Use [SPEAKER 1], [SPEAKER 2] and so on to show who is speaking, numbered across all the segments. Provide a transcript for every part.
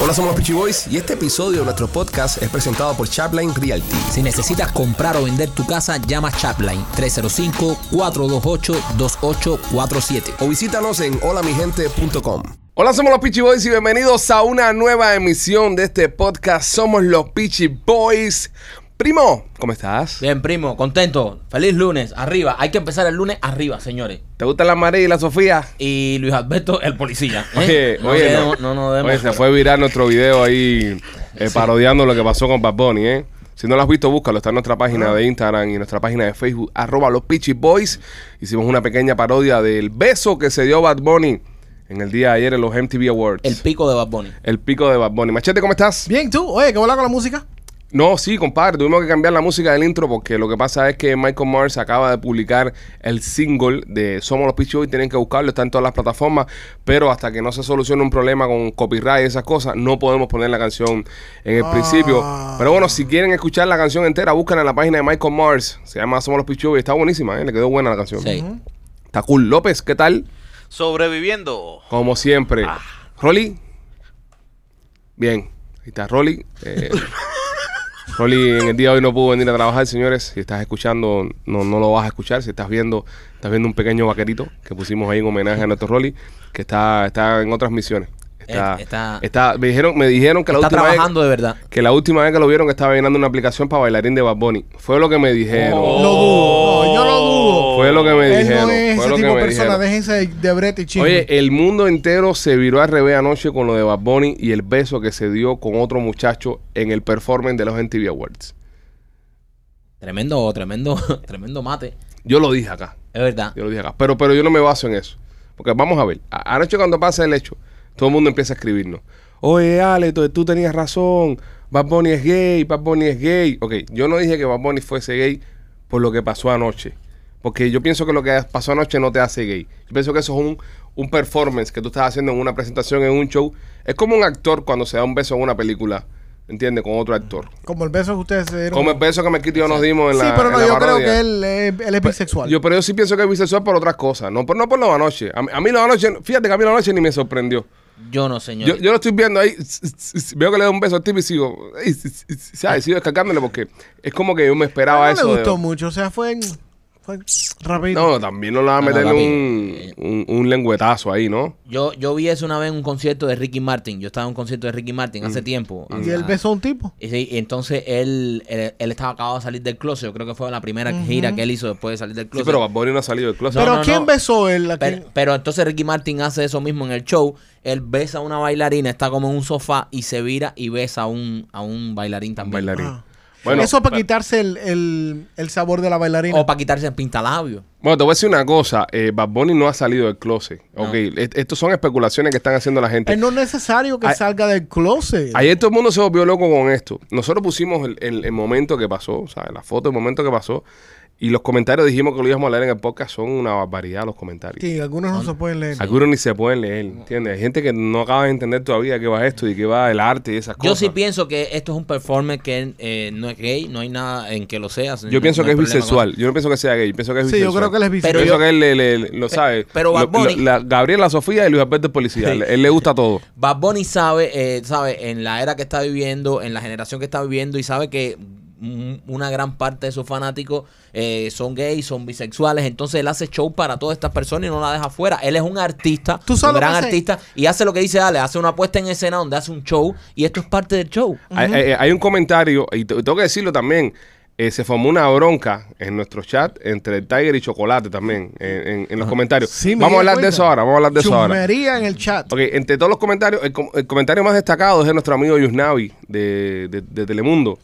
[SPEAKER 1] Hola, somos los Peachy Boys y este episodio de nuestro podcast es presentado por Chapline Realty.
[SPEAKER 2] Si necesitas comprar o vender tu casa, llama Chapline 305-428-2847.
[SPEAKER 1] O visítanos en holamigente.com. Hola, somos los Peachy Boys y bienvenidos a una nueva emisión de este podcast. Somos los Peachy Boys. Primo, ¿cómo estás?
[SPEAKER 3] Bien, primo, contento. Feliz lunes, arriba. Hay que empezar el lunes arriba, señores.
[SPEAKER 1] ¿Te gustan las María y la Sofía?
[SPEAKER 3] Y Luis Alberto, el policía.
[SPEAKER 1] Oye,
[SPEAKER 3] ¿eh? no,
[SPEAKER 1] oye,
[SPEAKER 3] no, no, no debemos-
[SPEAKER 1] Oye, se fue viral nuestro video ahí eh, parodiando lo que pasó con Bad Bunny, ¿eh? Si no lo has visto, búscalo. Está en nuestra
[SPEAKER 3] Ah.
[SPEAKER 1] página de Instagram y en nuestra página de Facebook, arroba los Peachy Boys. Hicimos una pequeña parodia del beso que se dio Bad Bunny en el día de ayer en los MTV Awards.
[SPEAKER 3] El
[SPEAKER 1] El,
[SPEAKER 3] pico de Bad Bunny.
[SPEAKER 1] pico de Bad Bunny. Machete, ¿cómo estás?
[SPEAKER 4] Bien, tú, oye, ¿qué bola con la música?
[SPEAKER 1] No, sí, compadre. Tuvimos que cambiar la música del intro porque lo que pasa es que Michael Mars acaba de publicar el single de Somos los Pichos y tienen que buscarlo. Está en todas las plataformas. Pero hasta que no se solucione un problema con copyright y esas cosas, no podemos poner la canción en el principio.
[SPEAKER 4] Ah.
[SPEAKER 1] Pero bueno, si quieren escuchar la canción entera, búscanla en la página de Michael Mars. Se llama Somos los Pichos y está buenísima, ¿eh? Le quedó buena la canción.
[SPEAKER 3] Sí.
[SPEAKER 1] Está cool. López, ¿qué tal?
[SPEAKER 5] Sobreviviendo.
[SPEAKER 1] Como siempre.
[SPEAKER 3] Ah.
[SPEAKER 1] Rolly. Bien. Ahí está Rolly. Eh, Rolly en el día de hoy no pudo venir a trabajar, señores. Si estás escuchando, no, no lo vas a escuchar. Si estás viendo, estás viendo un pequeño vaquerito que pusimos ahí en homenaje a nuestro Rolly, que está, está en otras misiones. Está,
[SPEAKER 3] Eh, está-
[SPEAKER 1] está- me dijeron, me dijeron que la
[SPEAKER 3] Está
[SPEAKER 1] última vez-
[SPEAKER 3] trabajando de verdad.
[SPEAKER 1] que la última vez que lo vieron que estaba llenando una aplicación para bailarín de Bad Bunny. Fue lo que me dijeron.
[SPEAKER 3] Oh.
[SPEAKER 4] Lo dudo, no, yo lo dudo.
[SPEAKER 1] Oh. Fue lo que me
[SPEAKER 4] Él
[SPEAKER 1] dijeron.
[SPEAKER 4] no es
[SPEAKER 1] fue
[SPEAKER 4] ese
[SPEAKER 1] lo que
[SPEAKER 4] tipo
[SPEAKER 1] me
[SPEAKER 4] de persona,
[SPEAKER 1] dijeron.
[SPEAKER 4] déjense de, de brete y chisme.
[SPEAKER 1] Oye, eh, el mundo entero se viró al revés anoche con lo de Bad Bunny y el beso que se dio con otro muchacho en el performance de los MTV Awards.
[SPEAKER 3] Tremendo, tremendo, tremendo mate.
[SPEAKER 1] Yo lo dije acá,
[SPEAKER 3] Es verdad.
[SPEAKER 1] yo lo dije acá, pero, pero yo no me baso en eso. Porque vamos a ver, a- anoche cuando pasa el hecho, todo el mundo empieza a escribirnos. Oye, Ale, tú, tú tenías razón, Bad Bunny es gay, Bad Bunny es gay. Ok, yo no dije que Bad Bunny fuese gay por lo que pasó anoche. Porque yo pienso que lo que pasó anoche no te hace gay. Yo pienso que eso es un, un performance que tú estás haciendo en una presentación, en un show. Es como un actor cuando se da un beso en una película, ¿entiendes? Con otro actor.
[SPEAKER 4] como el beso que ustedes se dieron.
[SPEAKER 1] Como el beso que me quito y yo nos dimos en la
[SPEAKER 4] sí, pero no,
[SPEAKER 1] en la
[SPEAKER 4] yo creo
[SPEAKER 1] parodia. Pues,
[SPEAKER 4] que él, eh, él es bisexual.
[SPEAKER 1] Yo, pero yo sí pienso que es bisexual por otras cosas, no por, no por lo de anoche. A, mí- a mí lo de anoche, fíjate que a mí lo de anoche ni me sorprendió.
[SPEAKER 3] Yo no,
[SPEAKER 1] Yo,
[SPEAKER 3] señor.
[SPEAKER 1] yo lo estoy viendo ahí, veo que le doy un beso al tipo y sigo, ey, ¿sabes? Sigo descargándole porque es como que yo me
[SPEAKER 4] no
[SPEAKER 1] esperaba
[SPEAKER 4] me
[SPEAKER 1] eso. de-
[SPEAKER 4] gustó mucho, o sea, fue, fue rápido.
[SPEAKER 1] No, también no le va a
[SPEAKER 3] No, no,
[SPEAKER 1] meter
[SPEAKER 3] papi.
[SPEAKER 1] un, un, un lengüetazo ahí, ¿no?
[SPEAKER 3] Yo, yo vi eso una vez en un concierto de Ricky Martin. Yo estaba en un concierto de Ricky Martin
[SPEAKER 1] Mm.
[SPEAKER 3] hace tiempo.
[SPEAKER 4] y él
[SPEAKER 3] Ah.
[SPEAKER 4] besó a un tipo.
[SPEAKER 3] Y sí, y entonces él, él, él estaba acabado de salir del closet. Yo creo que fue la primera gira que él hizo después de salir del
[SPEAKER 1] Sí,
[SPEAKER 3] closet.
[SPEAKER 1] pero Bad Bunny no ha salido del closet.
[SPEAKER 4] pero
[SPEAKER 3] no,
[SPEAKER 4] ¿quién
[SPEAKER 3] no.
[SPEAKER 4] besó él? ¿A quién?
[SPEAKER 3] Pero, pero entonces Ricky Martin hace eso mismo en el show. Él besa a una bailarina, está como en un sofá y se vira y besa a un, a un bailarín
[SPEAKER 1] Un
[SPEAKER 3] también.
[SPEAKER 1] bailarín.
[SPEAKER 4] Ah.
[SPEAKER 1] Bueno,
[SPEAKER 4] Eso para
[SPEAKER 1] pa-
[SPEAKER 4] quitarse el, el, el sabor de la bailarina.
[SPEAKER 3] O para quitarse el pintalabio.
[SPEAKER 1] bueno, te voy a decir una cosa. Eh, Bad Bunny no ha salido del closet. Ok, est- estos son especulaciones que están haciendo la gente.
[SPEAKER 4] Es no necesario que
[SPEAKER 1] Ay-
[SPEAKER 4] salga del closet.
[SPEAKER 1] Ayer todo el mundo se volvió loco con esto. Nosotros pusimos el, el- el momento que pasó, o sea, la foto del momento que pasó. Y los comentarios dijimos que lo íbamos a leer en el podcast. Son una barbaridad los comentarios.
[SPEAKER 4] Sí, algunos no se pueden leer.
[SPEAKER 1] Algunos ni se pueden leer, ¿entiendes? Hay gente que no acaba de entender todavía qué va esto y qué va el arte y esas
[SPEAKER 3] Yo
[SPEAKER 1] cosas.
[SPEAKER 3] sí pienso que esto es un performance que eh, no es gay, no hay nada en que lo seas.
[SPEAKER 1] Yo pienso que es bisexual. Yo no pienso que sea gay. Pienso que es
[SPEAKER 4] Sí, yo
[SPEAKER 1] bisexual.
[SPEAKER 4] creo que él es bisexual.
[SPEAKER 1] Pero pienso
[SPEAKER 3] Pero yo-
[SPEAKER 1] que él le- le- le- lo sabe.
[SPEAKER 3] pero Bad
[SPEAKER 1] Lo- lo-
[SPEAKER 3] Bunny-
[SPEAKER 1] la, Gabriela Sofía y Luis Alberto es policía.
[SPEAKER 3] Sí.
[SPEAKER 1] Le- Él le gusta todo.
[SPEAKER 3] Bad Bunny sabe, eh, sabe, en la era que está viviendo, en la generación que está viviendo y sabe que un- una gran parte de sus fanáticos eh, son gays, son bisexuales, entonces él hace show para todas estas personas y no la deja fuera. Él es un artista,
[SPEAKER 4] ¿Tú
[SPEAKER 3] un
[SPEAKER 4] sabes lo
[SPEAKER 3] gran
[SPEAKER 4] que hace?
[SPEAKER 3] artista y hace lo que dice Ale, hace una puesta en escena donde hace un show y esto es parte del show.
[SPEAKER 1] Hay, hay- hay un comentario, y te- tengo que decirlo también. eh, se formó una bronca en nuestro chat entre el Tiger y Chocolate también, en, en- en los comentarios.
[SPEAKER 4] Ah, Sí, me
[SPEAKER 1] vamos
[SPEAKER 4] di
[SPEAKER 1] a hablar de
[SPEAKER 4] cuenta.
[SPEAKER 1] eso ahora, vamos a hablar de eso ahora.
[SPEAKER 4] Chusmería en el chat.
[SPEAKER 1] Ok, entre todos los comentarios, el, com- el comentario más destacado es de nuestro amigo Yusnavi de, de- de Telemundo.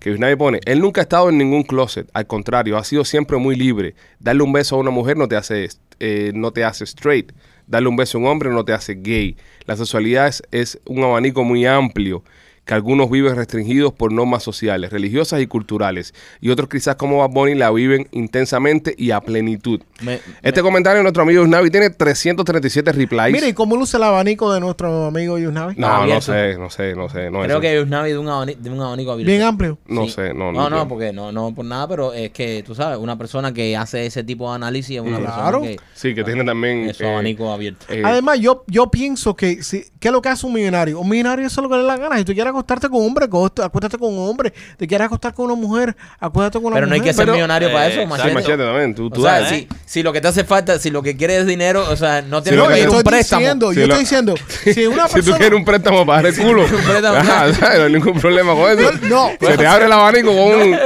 [SPEAKER 1] Que Yusnavi pone, él nunca ha estado en ningún closet, al contrario, ha sido siempre muy libre. Darle un beso a una mujer no te hace, eh, no te hace straight. Darle un beso a un hombre no te hace gay. La sexualidad es, es un abanico muy amplio. que algunos viven restringidos por normas sociales, religiosas y culturales, y otros quizás como Bad Bunny la viven intensamente y a plenitud.
[SPEAKER 3] Me-
[SPEAKER 1] Este comentario de nuestro amigo Usnavi tiene 337 replies.
[SPEAKER 4] Mire, ¿y cómo luce el abanico de nuestro amigo Yusnavi?
[SPEAKER 1] no, no
[SPEAKER 3] abierto.
[SPEAKER 1] sé, no sé, no sé. No es
[SPEAKER 3] Ah, creo
[SPEAKER 1] eso.
[SPEAKER 3] que es Navi de un abanico, de un abanico abierto.
[SPEAKER 4] Bien amplio.
[SPEAKER 1] No
[SPEAKER 3] Sí.
[SPEAKER 1] sé, no,
[SPEAKER 3] No,
[SPEAKER 1] entiendo.
[SPEAKER 3] no, porque no, no por nada, pero es que tú sabes, una persona que hace ese tipo de análisis es una
[SPEAKER 4] Claro.
[SPEAKER 3] persona
[SPEAKER 1] Sí, que tiene
[SPEAKER 3] que
[SPEAKER 1] también...
[SPEAKER 3] es su
[SPEAKER 1] eh,
[SPEAKER 3] abanico abierto.
[SPEAKER 1] eh,
[SPEAKER 4] Además, yo, yo pienso que, si, ¿qué es lo que hace un millonario? Un millonario hace lo que le da la gana. Si tú quieres acostarte con un hombre, acost- acuéstate con un hombre. Te quieres acostar con una mujer, acuéstate con una
[SPEAKER 3] Pero no
[SPEAKER 4] mujer.
[SPEAKER 3] hay que ser
[SPEAKER 1] Pero-
[SPEAKER 3] millonario para eso,
[SPEAKER 5] Eh,
[SPEAKER 1] sí,
[SPEAKER 3] machete.
[SPEAKER 1] machete también. Tú,
[SPEAKER 3] O
[SPEAKER 1] tú
[SPEAKER 3] sea,
[SPEAKER 1] das-
[SPEAKER 3] si, si lo que te hace falta, si lo que quieres es dinero, o sea, no
[SPEAKER 1] ¿eh?
[SPEAKER 3] tienes
[SPEAKER 1] lo
[SPEAKER 4] No,
[SPEAKER 1] que
[SPEAKER 3] que pedir
[SPEAKER 4] yo
[SPEAKER 1] tú
[SPEAKER 3] un
[SPEAKER 4] estoy
[SPEAKER 3] préstamo.
[SPEAKER 4] diciendo,
[SPEAKER 1] Sí,
[SPEAKER 4] yo
[SPEAKER 1] lo-
[SPEAKER 4] estoy diciendo, si una
[SPEAKER 1] Si tú
[SPEAKER 4] persona...
[SPEAKER 1] quieres un préstamo para bajar el culo.
[SPEAKER 3] un préstamo.
[SPEAKER 1] Ajá, ¿sabes? No hay ningún problema con eso.
[SPEAKER 4] No,
[SPEAKER 1] Se te abre el abanico con un.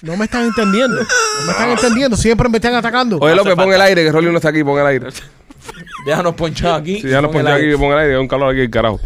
[SPEAKER 4] No me están entendiendo. No me están entendiendo. Siempre me están atacando.
[SPEAKER 1] Oye, López, pon
[SPEAKER 5] falta.
[SPEAKER 1] el aire, que Rolly no está aquí, pon el aire.
[SPEAKER 3] Déjanos ponchados aquí.
[SPEAKER 1] Si ya lo
[SPEAKER 3] Pon el
[SPEAKER 1] ponché
[SPEAKER 3] aire.
[SPEAKER 1] aquí, pon el aire, hay un calor aquí, el carajo.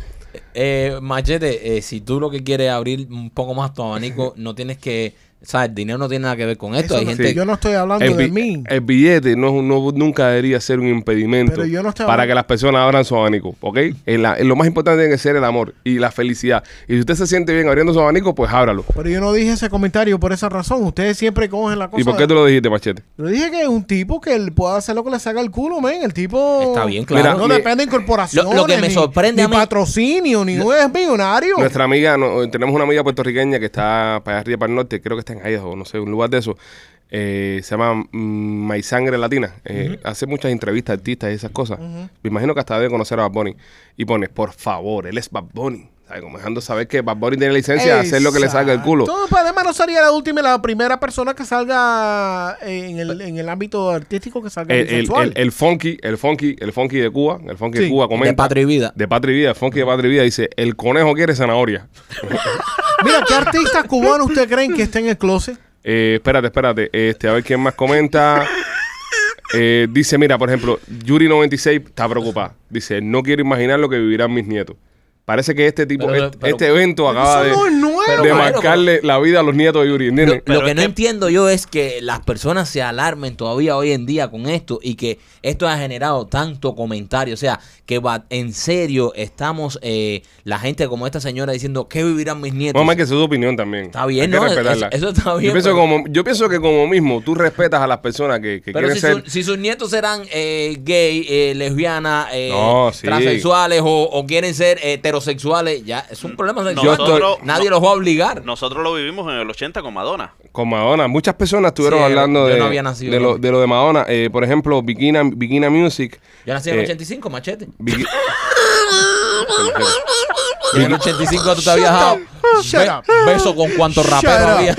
[SPEAKER 3] Eh, machete, eh, si tú lo que quieres es abrir un poco más tu abanico, no tienes que. O sea, el dinero no tiene nada que ver con esto.
[SPEAKER 4] Eso
[SPEAKER 3] Hay
[SPEAKER 4] no-
[SPEAKER 3] gente.
[SPEAKER 1] sí.
[SPEAKER 4] Yo no estoy hablando
[SPEAKER 1] El,
[SPEAKER 4] de
[SPEAKER 1] bi-
[SPEAKER 4] mí.
[SPEAKER 1] el billete no, no- nunca debería ser un impedimento
[SPEAKER 4] Pero yo no estaba-
[SPEAKER 1] para que las personas abran su abanico, ¿ok? En la- en lo más importante tiene que ser el amor y la felicidad. Y si usted se siente bien abriendo su abanico, pues ábralo.
[SPEAKER 4] Pero yo no dije ese comentario por esa razón. Ustedes siempre cogen la cosa.
[SPEAKER 1] ¿Y por qué tú lo dijiste, Machete?
[SPEAKER 4] Yo dije que es un tipo que él puede hacer lo que le saca el culo, men. El tipo.
[SPEAKER 3] Está bien,
[SPEAKER 1] claro.
[SPEAKER 4] no
[SPEAKER 1] Mira,
[SPEAKER 4] depende de corporaciones.
[SPEAKER 3] lo- lo que me
[SPEAKER 4] ni-
[SPEAKER 3] sorprende
[SPEAKER 4] Ni,
[SPEAKER 3] a mí-
[SPEAKER 4] patrocinio, ni es millonario.
[SPEAKER 1] Nuestra amiga, no, tenemos una amiga puertorriqueña que está para arriba, para el norte, creo que está en Idaho, no sé, un lugar de eso. Eh, se llama mm, My Sangre Latina. Eh, Hace muchas entrevistas, artistas y esas cosas. Me imagino que hasta debe conocer a Bad Bunny. Y pone, por favor, él es Bad Bunny. ¿Sabes? Como dejando saber que Bad Bunny tiene licencia de hacer lo que le salga el culo.
[SPEAKER 4] Todo, pues, además, no sería la última y la primera persona que salga eh, en el, en el ámbito artístico que salga
[SPEAKER 1] El, el-
[SPEAKER 4] bisexual.
[SPEAKER 1] el- el funky, el funky, el funky de Cuba, el funky de
[SPEAKER 4] Sí,
[SPEAKER 1] Cuba comenta.
[SPEAKER 3] de patria y vida.
[SPEAKER 1] De Patria y Vida, el funky de Patria y Vida dice, el conejo quiere zanahoria.
[SPEAKER 4] Mira, ¿qué artistas cubanos ustedes creen que estén en el closet?
[SPEAKER 1] Eh, espérate, espérate. Este, a ver quién más comenta. Eh, dice, mira, por ejemplo, Yuri96 está preocupada. Dice, no quiero imaginar lo que vivirán mis nietos. Parece que este tipo,
[SPEAKER 3] Pero-
[SPEAKER 1] este,
[SPEAKER 3] pero-
[SPEAKER 1] este evento acaba
[SPEAKER 4] Eso
[SPEAKER 1] de,
[SPEAKER 4] no es nuevo.
[SPEAKER 1] de
[SPEAKER 3] Pero-
[SPEAKER 1] marcarle la vida a los nietos de Yuri,
[SPEAKER 3] Lo,
[SPEAKER 1] ¿entiendes?
[SPEAKER 3] lo
[SPEAKER 5] Pero
[SPEAKER 3] que
[SPEAKER 5] es
[SPEAKER 3] no
[SPEAKER 5] que-
[SPEAKER 3] entiendo yo es que las personas se alarmen todavía hoy en día con esto y que esto ha generado tanto comentario. O sea, que va, en serio estamos eh, la gente como esta señora diciendo, ¿qué vivirán mis nietos?
[SPEAKER 1] Mamá, que eso es tu opinión también.
[SPEAKER 3] Está bien,
[SPEAKER 1] Hay que
[SPEAKER 3] ¿no?
[SPEAKER 1] respetarla.
[SPEAKER 3] Eso- eso está bien,
[SPEAKER 1] Yo pienso,
[SPEAKER 3] pero-
[SPEAKER 1] como, yo pienso que como mismo tú respetas a las personas que, que
[SPEAKER 3] Pero
[SPEAKER 1] quieren
[SPEAKER 3] si, su-
[SPEAKER 1] ser...
[SPEAKER 3] si sus nietos eran eh, gay, eh, lesbianas, eh,
[SPEAKER 1] No, sí.
[SPEAKER 3] transexuales o, o quieren ser heterosexuales, ya es un problema sexual.
[SPEAKER 5] Nosotros-
[SPEAKER 3] Nadie
[SPEAKER 5] no-
[SPEAKER 3] los va a obligar.
[SPEAKER 5] Nosotros lo vivimos en el 80 con Madonna.
[SPEAKER 1] Con Madonna. Muchas personas estuvieron
[SPEAKER 3] Sí,
[SPEAKER 1] hablando
[SPEAKER 3] yo
[SPEAKER 1] de,
[SPEAKER 3] no había nacido,
[SPEAKER 1] de, lo,
[SPEAKER 3] ¿no?
[SPEAKER 1] de lo de Madonna. Eh, por ejemplo, Bikina, Bikina Music.
[SPEAKER 3] Yo nací en el
[SPEAKER 1] eh,
[SPEAKER 3] 85, machete.
[SPEAKER 1] Biki-
[SPEAKER 3] Y en el 85 tú te has viajado.
[SPEAKER 4] Shut
[SPEAKER 3] Be-
[SPEAKER 4] up.
[SPEAKER 3] beso con cuántos
[SPEAKER 4] Shut
[SPEAKER 3] raperos
[SPEAKER 4] up.
[SPEAKER 3] había.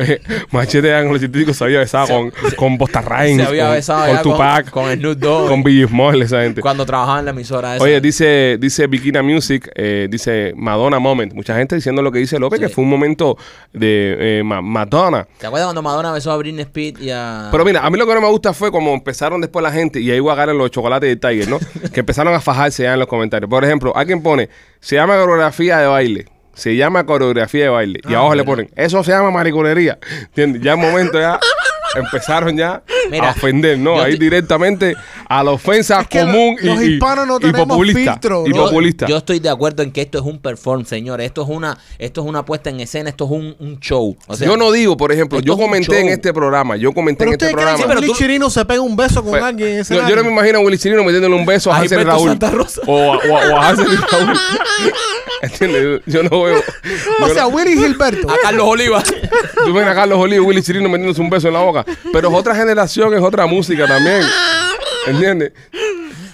[SPEAKER 1] Eh, Machete de los científicos se había besado con, con Bosta Rhymes,
[SPEAKER 3] Se había
[SPEAKER 1] con,
[SPEAKER 3] besado
[SPEAKER 1] con
[SPEAKER 3] ya con-
[SPEAKER 1] Tupac,
[SPEAKER 3] con Snoop Dogg.
[SPEAKER 1] con Biggie Smalls, esa gente.
[SPEAKER 3] Cuando trabajaba en la emisora esa.
[SPEAKER 1] Este, Oye, dice, dice Bikina Music, eh, dice Madonna Moment. Mucha gente diciendo lo que dice López,
[SPEAKER 3] Sí.
[SPEAKER 1] que fue un momento de eh, Ma- Madonna.
[SPEAKER 3] ¿Te acuerdas cuando Madonna besó a Britney Spears y a...
[SPEAKER 1] Ah. Pero mira, a mí lo que no me gusta fue como empezaron después la gente, y ahí voy a agarrar los chocolates de Tiger, ¿no? que empezaron a fajarse ya en los comentarios. Por ejemplo, alguien pone, se llama coreografía de baile. Se llama coreografía de baile.
[SPEAKER 4] Ah,
[SPEAKER 1] Y abajo le ponen, eso se llama mariconería. ¿Entiendes? Ya en momento ya empezaron ya
[SPEAKER 3] Mira,
[SPEAKER 1] a ofender, ¿no?
[SPEAKER 3] yo
[SPEAKER 1] Ahí
[SPEAKER 3] te-
[SPEAKER 1] directamente a la ofensa
[SPEAKER 4] Es que
[SPEAKER 1] común y,
[SPEAKER 4] los
[SPEAKER 1] y-
[SPEAKER 4] hispanos no
[SPEAKER 1] y
[SPEAKER 4] tenemos
[SPEAKER 1] populista.
[SPEAKER 4] filtro,
[SPEAKER 1] y
[SPEAKER 4] ¿no?
[SPEAKER 1] populista.
[SPEAKER 3] Yo estoy de acuerdo en que esto es un perform, señores. Esto es una, esto es una puesta en escena, esto es un, un show. O sea,
[SPEAKER 1] yo no digo, por ejemplo,
[SPEAKER 3] esto
[SPEAKER 1] yo
[SPEAKER 3] es un
[SPEAKER 1] comenté en
[SPEAKER 3] show.
[SPEAKER 1] este programa, yo comenté
[SPEAKER 4] Pero
[SPEAKER 1] en este
[SPEAKER 4] ustedes creen
[SPEAKER 1] programa.
[SPEAKER 4] que
[SPEAKER 3] Sí, pero
[SPEAKER 4] Willy
[SPEAKER 3] tú-
[SPEAKER 4] Chirino se pega un beso con
[SPEAKER 1] Pues,
[SPEAKER 4] alguien en ese
[SPEAKER 1] no, yo no me imagino a Willy Cirino metiéndole un beso a
[SPEAKER 3] A
[SPEAKER 1] Hansel y
[SPEAKER 3] Gilberto
[SPEAKER 1] Raúl.
[SPEAKER 3] Santa Rosa.
[SPEAKER 1] O a, o a- o a Hansel y Raúl. ¿Entiendes? Yo, yo no veo.
[SPEAKER 4] O
[SPEAKER 1] yo
[SPEAKER 4] sea,
[SPEAKER 1] no-
[SPEAKER 4] Willy Gilberto.
[SPEAKER 3] A Carlos Oliva.
[SPEAKER 1] tú ven a Carlos Olivo y Willy Cirino metiéndose un beso en la boca. Pero es otra generación, es otra música también. ¿Entiendes?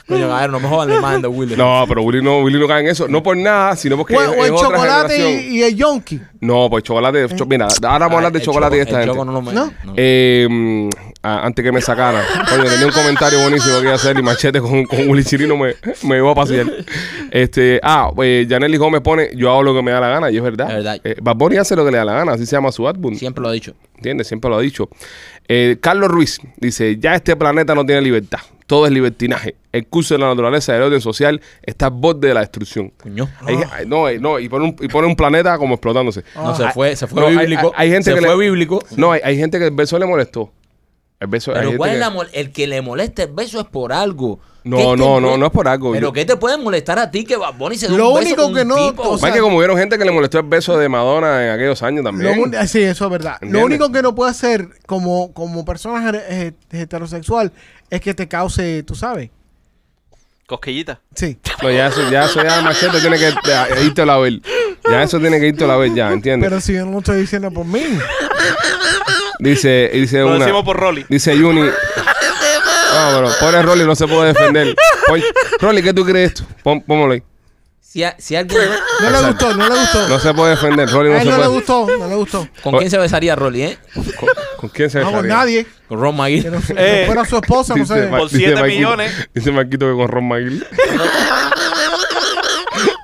[SPEAKER 3] Coño, cabrón, no me jodan la imagen de Willy.
[SPEAKER 1] No, pero Willy no, Willy no cae en eso. No por nada, sino porque
[SPEAKER 4] O,
[SPEAKER 1] es,
[SPEAKER 4] o
[SPEAKER 1] es
[SPEAKER 4] el
[SPEAKER 1] otra
[SPEAKER 4] chocolate
[SPEAKER 1] generación.
[SPEAKER 4] y, y el yonki.
[SPEAKER 1] No, pues chocolate. cho- mira, ahora vamos a hablar de
[SPEAKER 3] El
[SPEAKER 1] chocolate y
[SPEAKER 3] Choco-
[SPEAKER 1] esta
[SPEAKER 3] el
[SPEAKER 1] gente.
[SPEAKER 3] Choco no lo me-
[SPEAKER 4] ¿No?
[SPEAKER 3] no.
[SPEAKER 1] Eh, mm, a- antes que me sacara, coño, tenía un comentario buenísimo que iba a hacer y machete con, con Willy Chirino me, me llevó a pasear. Este, ah, eh, Janely Gómez pone: Yo hago lo que me da la gana, y es verdad.
[SPEAKER 3] Es verdad.
[SPEAKER 1] Eh, Bad Bunny hace lo que le da la gana, así se llama su álbum.
[SPEAKER 3] Siempre lo he dicho.
[SPEAKER 1] ¿Entiendes? Siempre lo ha dicho. Eh, Carlos Ruiz dice: Ya este planeta no tiene libertad, todo es libertinaje. El curso de la naturaleza y el orden social está al borde de la destrucción.
[SPEAKER 3] Coño.
[SPEAKER 1] Hay- hay- no, eh, no, y pone, un, y pone un planeta como explotándose. Ah,
[SPEAKER 3] No, se fue, se fue
[SPEAKER 1] No, hay-
[SPEAKER 3] bíblico.
[SPEAKER 1] hay- hay gente
[SPEAKER 3] se
[SPEAKER 1] que le-
[SPEAKER 3] fue bíblico.
[SPEAKER 1] No, hay, hay gente que el beso le molestó. El beso, hay
[SPEAKER 3] Pero
[SPEAKER 1] gente
[SPEAKER 3] ¿cuál es
[SPEAKER 1] que-
[SPEAKER 3] la mol- el que le moleste el beso es por algo. ¿Qué
[SPEAKER 1] No,
[SPEAKER 3] te
[SPEAKER 1] no, no,
[SPEAKER 3] puede-
[SPEAKER 1] no es por algo.
[SPEAKER 3] Pero
[SPEAKER 1] Yo-
[SPEAKER 3] ¿qué te puede molestar a ti que Bad Bunny se dé
[SPEAKER 4] Lo
[SPEAKER 3] un beso
[SPEAKER 4] único
[SPEAKER 3] con un
[SPEAKER 4] que no-
[SPEAKER 3] tipo?
[SPEAKER 4] o sea,
[SPEAKER 1] Más que como hubieron gente que le molestó el beso de Madonna en aquellos años también.
[SPEAKER 4] Lo un- sí, eso es verdad.
[SPEAKER 1] ¿Entiendes?
[SPEAKER 4] Lo único que no puede hacer como, como persona her- eh, heterosexual es que te cause, tú sabes.
[SPEAKER 5] Cosquillita.
[SPEAKER 4] Sí.
[SPEAKER 1] No, ya eso, ya eso, ya Machete tiene que eh, irte a la ver. Ya eso tiene que irte a la ver, ya, ¿entiendes?
[SPEAKER 4] Pero si yo no lo estoy diciendo por mí.
[SPEAKER 1] Dice, dice
[SPEAKER 5] Lo
[SPEAKER 1] una.
[SPEAKER 5] decimos por Rolly.
[SPEAKER 1] Dice Juni. No, pero pone Rolly, no se puede defender. Pon- Rolly, ¿qué tú crees esto? Pon, pónmelo ahí.
[SPEAKER 3] Si, a- si alguien,
[SPEAKER 4] No le gustó, no le gustó.
[SPEAKER 1] No se puede defender, Rolly no
[SPEAKER 4] a él
[SPEAKER 1] se
[SPEAKER 4] no le
[SPEAKER 1] puede.
[SPEAKER 4] gustó, no le gustó.
[SPEAKER 3] ¿Con quién se besaría Rolly, eh?
[SPEAKER 1] ¿Con, con quién se
[SPEAKER 4] No, con
[SPEAKER 1] besaría?
[SPEAKER 4] nadie.
[SPEAKER 3] Con Ron
[SPEAKER 4] Que no,
[SPEAKER 3] McGill.
[SPEAKER 4] fu- no
[SPEAKER 5] Eh.
[SPEAKER 4] fuera su esposa, no
[SPEAKER 1] Dice
[SPEAKER 4] sé.
[SPEAKER 1] Ma-
[SPEAKER 5] Por
[SPEAKER 1] dice
[SPEAKER 5] siete
[SPEAKER 1] Marquito-
[SPEAKER 5] millones.
[SPEAKER 1] Dice Marquito que con Ron McGill.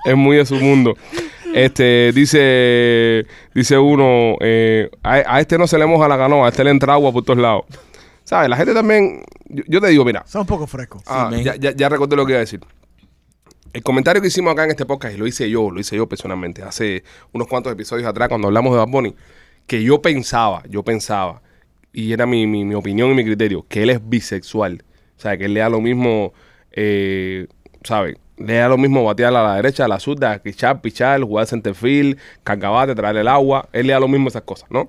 [SPEAKER 1] es muy de su mundo. Este, dice, dice uno, eh, a, a este no se le moja la canoa, a este le entra agua por todos lados. ¿Sabes? La gente también, yo, yo te digo, mira,
[SPEAKER 4] Son un poco frescos.
[SPEAKER 1] ah,
[SPEAKER 3] men.
[SPEAKER 1] ya, ya, ya recordé lo que iba a decir. El comentario que hicimos acá en este podcast, y lo hice yo, lo hice yo personalmente, hace unos cuantos episodios atrás cuando hablamos de Bad Bunny, que yo pensaba, yo pensaba, y era mi, mi, mi opinión y mi criterio, que él es bisexual. O sea, que él le da lo mismo, eh, ¿sabes? Le da lo mismo batear a la derecha, a la zurda, quichar, pichar, jugar centerfield, cargabate, traer el agua. Él le da lo mismo esas cosas, ¿no?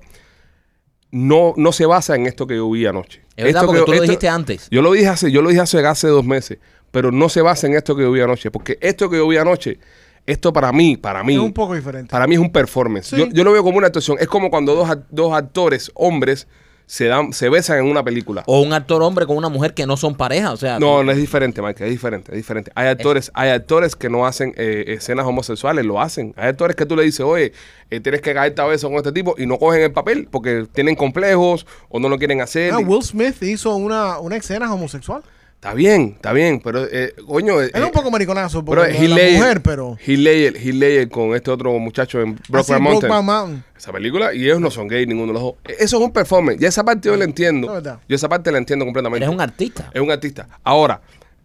[SPEAKER 1] No, no se basa en esto que yo vi anoche.
[SPEAKER 3] Es verdad,
[SPEAKER 1] Esto
[SPEAKER 3] porque
[SPEAKER 1] que-
[SPEAKER 3] tú lo
[SPEAKER 1] esto-
[SPEAKER 3] dijiste antes.
[SPEAKER 1] yo lo dije hace, yo lo dije hace, hace dos meses, pero no se basa en esto que yo vi anoche, porque esto que yo vi anoche, esto para mí, para mí,
[SPEAKER 4] Es un poco diferente.
[SPEAKER 1] para mí es un performance.
[SPEAKER 4] Sí.
[SPEAKER 1] Yo, yo lo veo como una actuación. Es como cuando dos, act- dos actores, hombres, se dan, se besan en una película.
[SPEAKER 3] O un actor hombre con una mujer que no son pareja. O sea,
[SPEAKER 1] No, no es diferente, Mike, es diferente, es diferente. Hay actores, hay actores que no hacen eh, escenas homosexuales, lo hacen. Hay actores que tú le dices, oye, eh, tienes que caer cabeza con este tipo y no cogen el papel porque tienen complejos o no lo quieren hacer.
[SPEAKER 4] Ah, Will Smith hizo una, una escena homosexual.
[SPEAKER 1] Está bien, está bien, pero eh, coño, eh,
[SPEAKER 4] Era un poco mariconazo por
[SPEAKER 1] Pero
[SPEAKER 4] la
[SPEAKER 1] he Ledger-
[SPEAKER 4] mujer, pero...
[SPEAKER 1] Heath Ledger- Heath Ledger con este otro muchacho en
[SPEAKER 4] Ah, sí,
[SPEAKER 1] Brokeback Mountain.
[SPEAKER 4] Brokeback Mountain.
[SPEAKER 1] Esa película, y ellos no son gay ninguno de los dos. E-, Eso es un performance. Ya esa parte yo la entiendo.
[SPEAKER 4] La verdad.
[SPEAKER 1] Yo esa parte la entiendo completamente.
[SPEAKER 3] eres un artista.
[SPEAKER 1] Es un artista. Ahora,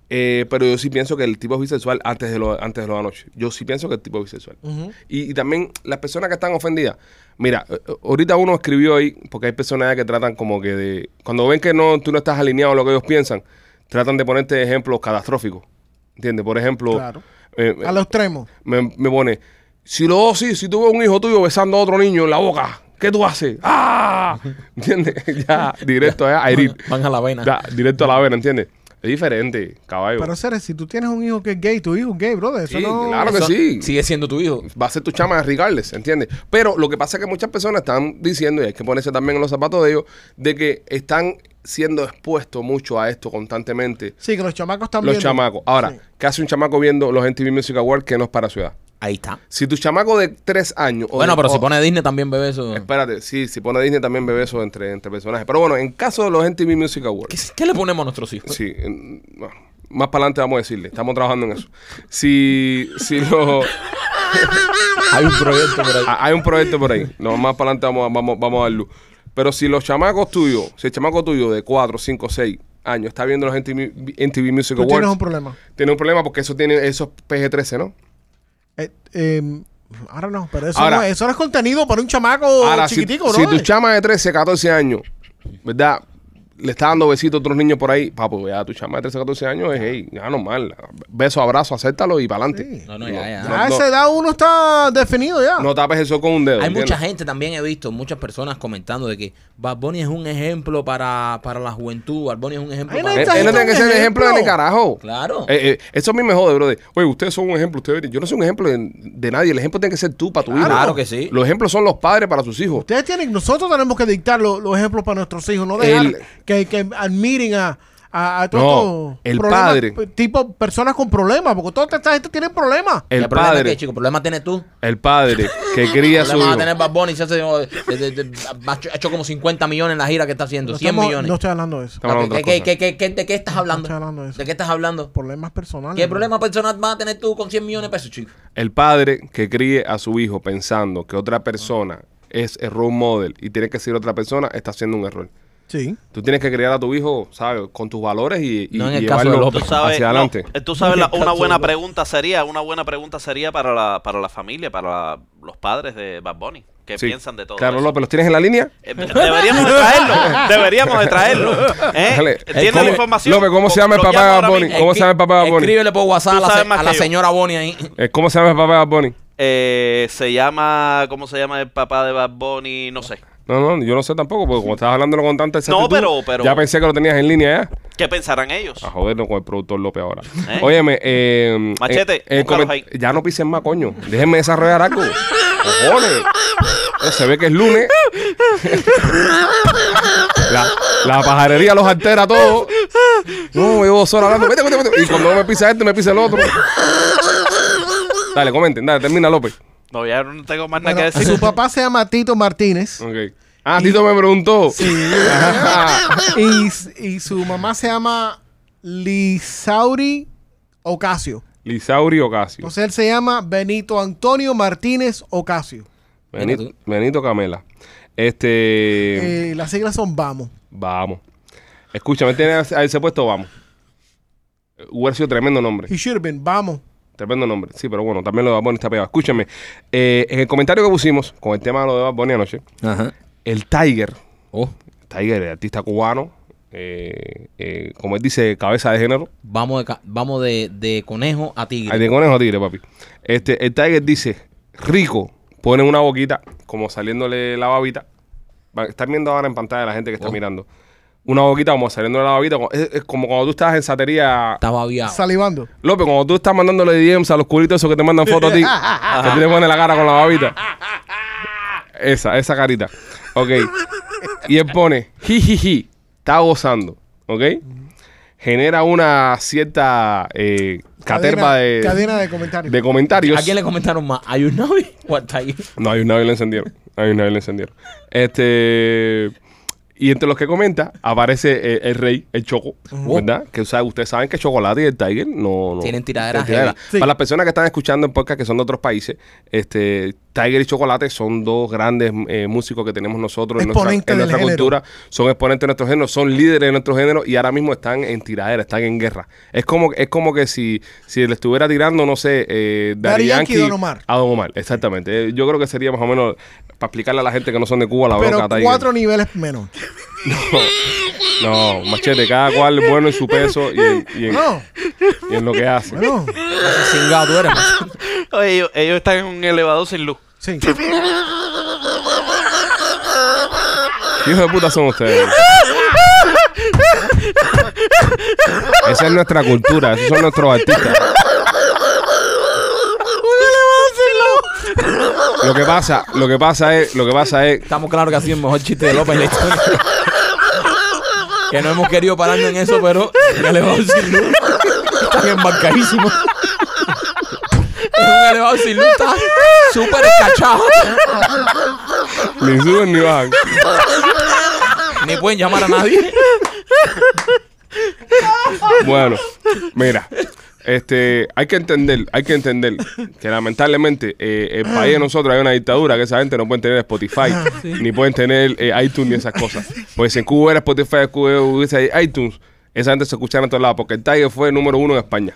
[SPEAKER 1] eh, pero yo sí pienso que el tipo es bisexual antes de lo, antes de lo de anoche. Yo sí pienso que el tipo es bisexual. y, y también las personas que están ofendidas. Mira, eh, eh, ahorita uno escribió ahí, porque hay personas ya que tratan como que de. Cuando ven que no, tú no estás alineado a lo que ellos piensan, tratan de ponerte ejemplos catastróficos. ¿Entiendes? Por ejemplo.
[SPEAKER 4] Claro.
[SPEAKER 1] eh,
[SPEAKER 4] A lo extremo.
[SPEAKER 1] me, me pone, si lo sí, si tú ves un hijo tuyo besando a otro niño en la boca, ¿qué tú haces? ¡Ah! ¿Entiendes? ya, directo allá, a herir.
[SPEAKER 3] Van a la vena.
[SPEAKER 1] Ya, directo a la vena, ¿entiendes? Es diferente, caballo.
[SPEAKER 4] Pero, Ceres, si tú tienes un hijo que es gay, tu hijo es gay, brother. Eso
[SPEAKER 1] Sí,
[SPEAKER 4] no...
[SPEAKER 1] claro que
[SPEAKER 3] Eso
[SPEAKER 1] sí.
[SPEAKER 3] Sigue siendo tu hijo.
[SPEAKER 1] Va a ser tu chama regardless, ¿entiendes? Pero lo que pasa es que muchas personas están diciendo, y hay que ponerse también en los zapatos de ellos, de que están siendo expuestos mucho a esto constantemente.
[SPEAKER 4] Sí, que los chamacos también.
[SPEAKER 1] Los chamacos. Ahora, ¿qué hace un chamaco viendo los MTV Music Awards que no es para ciudad?
[SPEAKER 3] Ahí está.
[SPEAKER 1] Si tu chamaco de tres años... o
[SPEAKER 3] Bueno,
[SPEAKER 1] de-
[SPEAKER 3] pero si
[SPEAKER 1] o- Eh.
[SPEAKER 3] pone Disney también bebe eso.
[SPEAKER 1] Espérate, sí, si pone Disney también bebe eso entre, entre personajes. Pero bueno, en caso de los MTV Music
[SPEAKER 3] ¿Qué,
[SPEAKER 1] Awards,
[SPEAKER 3] qué le ponemos a nuestros hijos?
[SPEAKER 1] sí, en- bueno, más para adelante vamos a decirle, estamos trabajando en eso. Si, si lo,
[SPEAKER 3] Hay un proyecto por ahí.
[SPEAKER 1] ha- hay un proyecto por ahí, no, más para adelante vamos, a- vamos, vamos a dar luz. Pero si los chamacos tuyos, si el chamaco tuyo de 4, 5, 6 años está viendo los MTV, MTV Music
[SPEAKER 4] Tú tienes un
[SPEAKER 1] Awards,
[SPEAKER 4] problema.
[SPEAKER 1] tiene un problema porque eso tiene esos PG-13, ¿no?
[SPEAKER 4] Eh, eh, ahora no, pero eso,
[SPEAKER 1] Ahora-
[SPEAKER 4] no, es- eso no es contenido para un chamaco
[SPEAKER 1] Ahora, si,
[SPEAKER 4] Oh, chiquitico,
[SPEAKER 1] si
[SPEAKER 4] brother.
[SPEAKER 1] tu chama de 13, 14 años, ¿verdad? Le está dando besitos a otros niños por ahí. Papo, ya tu chama de 13, 14 años es, hey, ya normal. Beso, abrazo, acéptalo y para adelante.
[SPEAKER 3] No, no, ya, Ah, ya.
[SPEAKER 1] No,
[SPEAKER 4] Ya a
[SPEAKER 1] no,
[SPEAKER 4] esa edad uno está definido ya.
[SPEAKER 1] no tapes el sol con un dedo.
[SPEAKER 3] Hay
[SPEAKER 1] ¿entiendes?
[SPEAKER 3] mucha gente también, he visto muchas personas comentando de que Bad Bunny es un ejemplo para, para la juventud. Bad Bunny es un ejemplo
[SPEAKER 4] Ay,
[SPEAKER 3] para.
[SPEAKER 1] Él,
[SPEAKER 4] Esta
[SPEAKER 1] él no
[SPEAKER 4] gente
[SPEAKER 1] tiene que
[SPEAKER 4] es
[SPEAKER 1] ser
[SPEAKER 4] un
[SPEAKER 1] el ejemplo de ni carajo.
[SPEAKER 3] Claro.
[SPEAKER 1] Eh, eh, eso a mí me jode, brother. Oye, ustedes son un ejemplo. Ustedes, yo no soy un ejemplo de, de nadie. El ejemplo tiene que ser tú para tu hijo.
[SPEAKER 3] Claro que sí.
[SPEAKER 1] Los ejemplos son los padres para sus hijos.
[SPEAKER 4] Ustedes tienen, nosotros tenemos que dictar lo- los ejemplos para nuestros hijos, no dejar
[SPEAKER 1] El-
[SPEAKER 4] que, que admiren a, a, a todos
[SPEAKER 1] No,
[SPEAKER 4] estos
[SPEAKER 1] el
[SPEAKER 4] problemas,
[SPEAKER 1] padre.
[SPEAKER 4] p- Tipo personas con problemas, porque toda esta gente tiene problemas.
[SPEAKER 3] ¿Qué
[SPEAKER 1] El
[SPEAKER 3] problema
[SPEAKER 1] padre,
[SPEAKER 3] que, chico? ¿Problema tienes tú?
[SPEAKER 1] el padre que cría a su
[SPEAKER 3] Problema va a
[SPEAKER 1] hijo.
[SPEAKER 3] tener Bad Bunny. Se hace, de- de- de- de- ha hecho- ha hecho como 50 millones en la gira que está haciendo.
[SPEAKER 4] No
[SPEAKER 3] 100
[SPEAKER 4] estamos-
[SPEAKER 3] millones.
[SPEAKER 4] No estoy hablando de eso.
[SPEAKER 1] Estamos hablando de
[SPEAKER 3] ¿Qué,
[SPEAKER 1] otras
[SPEAKER 3] qué-
[SPEAKER 1] cosas.
[SPEAKER 3] qué- qué- qué- de qué estás hablando?
[SPEAKER 4] No estoy hablando de eso.
[SPEAKER 3] qué estás hablando?
[SPEAKER 4] Problemas personales.
[SPEAKER 3] ¿Qué
[SPEAKER 4] bro.
[SPEAKER 3] problema personal vas a tener tú con 100 millones de pesos, chico?
[SPEAKER 1] El padre que críe a su hijo pensando que otra persona es el role model y tiene que ser otra persona, está haciendo un error.
[SPEAKER 4] Sí.
[SPEAKER 1] Tú tienes que criar a tu hijo, ¿sabes? Con tus valores y, y
[SPEAKER 3] No en el caso de
[SPEAKER 1] llevarlo
[SPEAKER 3] López.
[SPEAKER 5] Tú sabes,
[SPEAKER 1] hacia
[SPEAKER 5] no,
[SPEAKER 1] adelante.
[SPEAKER 5] tú sabes la- una buena
[SPEAKER 4] Absolutamente.
[SPEAKER 5] pregunta sería, una buena pregunta sería para la, para la familia, para la- los padres de Bad Bunny, que
[SPEAKER 1] Sí.
[SPEAKER 5] piensan de todo.
[SPEAKER 1] Carlos
[SPEAKER 5] eso.
[SPEAKER 1] López, ¿los tienes en la línea?
[SPEAKER 5] Eh, Deberíamos de traerlo, deberíamos de traerlo. ¿eh?
[SPEAKER 1] Dale.
[SPEAKER 5] Tiene
[SPEAKER 1] ¿Cómo-
[SPEAKER 5] la información.
[SPEAKER 1] López, ¿cómo se llama el
[SPEAKER 5] Lo
[SPEAKER 1] papá de
[SPEAKER 5] llamo
[SPEAKER 1] Bad
[SPEAKER 5] ahora
[SPEAKER 1] Bunny?
[SPEAKER 5] mismo.
[SPEAKER 1] ¿Cómo se llama el papá de Bonnie?
[SPEAKER 3] Escríbele por WhatsApp a
[SPEAKER 5] Tú
[SPEAKER 3] la,
[SPEAKER 5] sabes
[SPEAKER 3] se-
[SPEAKER 5] más
[SPEAKER 3] a la
[SPEAKER 5] que yo.
[SPEAKER 3] señora Bonnie ahí.
[SPEAKER 1] Eh, ¿Cómo se llama el papá de Bad Bunny?
[SPEAKER 5] Eh, se llama, ¿cómo se llama el papá de Bad Bunny? No sé.
[SPEAKER 1] No, no, yo no sé tampoco, porque como estabas hablándolo con tanta exactitud,
[SPEAKER 5] pero- pero-
[SPEAKER 1] ya pensé que lo tenías en línea ya.
[SPEAKER 5] ¿Qué pensarán ellos?
[SPEAKER 1] A jodernos con el productor López ahora.
[SPEAKER 5] ¿Eh?
[SPEAKER 1] Óyeme, eh,
[SPEAKER 5] Machete,
[SPEAKER 1] eh, eh,
[SPEAKER 5] búscalos
[SPEAKER 1] comen-
[SPEAKER 5] ahí.
[SPEAKER 1] ya no pisen más, coño. Déjenme desarrollar algo. Cojones. Eh, Se ve que es lunes. la, la pajarería los altera todo. No, llevo dos horas hablando. Vete, vete, vete. Y cuando me pisa este, me pisa el otro. Dale, comenten, dale, termina López.
[SPEAKER 5] No, ya no tengo más
[SPEAKER 4] Bueno,
[SPEAKER 5] nada que
[SPEAKER 4] su
[SPEAKER 5] decir.
[SPEAKER 4] papá se llama Tito Martínez
[SPEAKER 1] Ok. Ah, Tito me preguntó. Ajá.
[SPEAKER 4] y, y su mamá se llama Lisauri Ocasio.
[SPEAKER 1] Lisauri Ocasio.
[SPEAKER 4] Entonces él se llama Benito Antonio Martínez Ocasio.
[SPEAKER 1] Benito, Benito Camela. Este.
[SPEAKER 4] Eh, las siglas son Vamos.
[SPEAKER 1] Vamos. Escúchame, tiene a ese puesto, vamos. Hubiera sido tremendo nombre.
[SPEAKER 4] He should have been Vamos.
[SPEAKER 1] Tremendo nombre. Sí, pero bueno, también lo de Bad Bunny está pegado. Escúchame. eh, en el comentario que pusimos con el tema de lo de Bad Bunny anoche,
[SPEAKER 3] Ajá.
[SPEAKER 1] el Tiger,
[SPEAKER 3] Oh,
[SPEAKER 1] Tiger, el artista cubano, eh, eh, como él dice, cabeza de género,
[SPEAKER 3] vamos de, ca- vamos de, de conejo a
[SPEAKER 1] Ay,
[SPEAKER 3] tigre.
[SPEAKER 1] de conejo tigre, papi. Este, el Tiger dice, rico, pone una boquita, como saliéndole la babita. Va- Están viendo ahora en pantalla la gente que está
[SPEAKER 3] Oh.
[SPEAKER 1] mirando. Una boquita como saliéndole la babita. como- Es, es como cuando tú estás en satería.
[SPEAKER 3] Está babiado.
[SPEAKER 4] Salivando.
[SPEAKER 1] López, cuando tú estás mandándole DMs a los culitos esos que te mandan fotos a ti, que tú le pones la cara con la babita. Esa, esa carita. Ok. Y él pone, jijiji, está gozando. Ok. Genera una cierta eh, caterva
[SPEAKER 4] Cadena-
[SPEAKER 1] de
[SPEAKER 4] Cadena de comentarios.
[SPEAKER 1] de comentarios.
[SPEAKER 3] ¿A quién le comentaron más? ¿Hay un novio o hasta ahí?
[SPEAKER 1] No, hay un nadie lo encendieron. Hay un nadie lo encendieron. Este. Y entre los que comenta aparece eh, el rey, el Choco, ¿verdad? Que o sea, ustedes saben que Chocolate y el Tiger no... no-
[SPEAKER 3] Tienen tiraderas heavy.
[SPEAKER 4] Sí.
[SPEAKER 1] Para las personas que están escuchando en podcast que son de otros países, este Tiger y Chocolate son dos grandes eh, músicos que tenemos nosotros en nuestra,
[SPEAKER 4] Exponentes
[SPEAKER 1] en
[SPEAKER 4] del
[SPEAKER 1] nuestra
[SPEAKER 4] género.
[SPEAKER 1] cultura. Son exponentes de nuestro género, son líderes de nuestro género y ahora mismo están en tiradera, están en guerra. Es como, es como que si, si le estuviera tirando, no sé, eh,
[SPEAKER 4] Daddy
[SPEAKER 1] Dari
[SPEAKER 4] Yankee y
[SPEAKER 1] Yankee
[SPEAKER 4] Don Omar.
[SPEAKER 1] a Don Omar, exactamente. Eh, Yo creo que sería más o menos para explicarle a la gente que no son de Cuba la
[SPEAKER 4] pero
[SPEAKER 1] bronca Tiger.
[SPEAKER 4] cuatro niveles menos.
[SPEAKER 1] No, machete, cada cual bueno en su peso y en, y en-
[SPEAKER 4] No,
[SPEAKER 1] y en lo que hace.
[SPEAKER 4] bueno,
[SPEAKER 3] Cingado, tú eres. macho.
[SPEAKER 5] Oye, ellos, ellos están en un elevador sin luz.
[SPEAKER 4] sí.
[SPEAKER 1] ¿Qué hijos de puta son ustedes? Esa es nuestra cultura, esos son nuestros artistas. Lo que pasa, lo que pasa es, lo que pasa es
[SPEAKER 3] Estamos claros que ha sido el mejor chiste de López en la historia. que no hemos querido pararnos en eso, pero el elevador sin luz. Están embarcadísimos. Es un elevador sin luz, está súper escachado.
[SPEAKER 1] ni suben ni bajan.
[SPEAKER 3] Ni pueden llamar a nadie.
[SPEAKER 1] Bueno, mira, este, hay que entender, hay que entender que lamentablemente eh, el país de nosotros hay una dictadura que esa gente no puede tener Spotify, ni pueden tener eh, iTunes ni esas cosas. Pues si en Cuba era Spotify, en Cuba hubiese iTunes, esa gente se escuchaba en todos lados, porque el Tiger fue el número uno en España.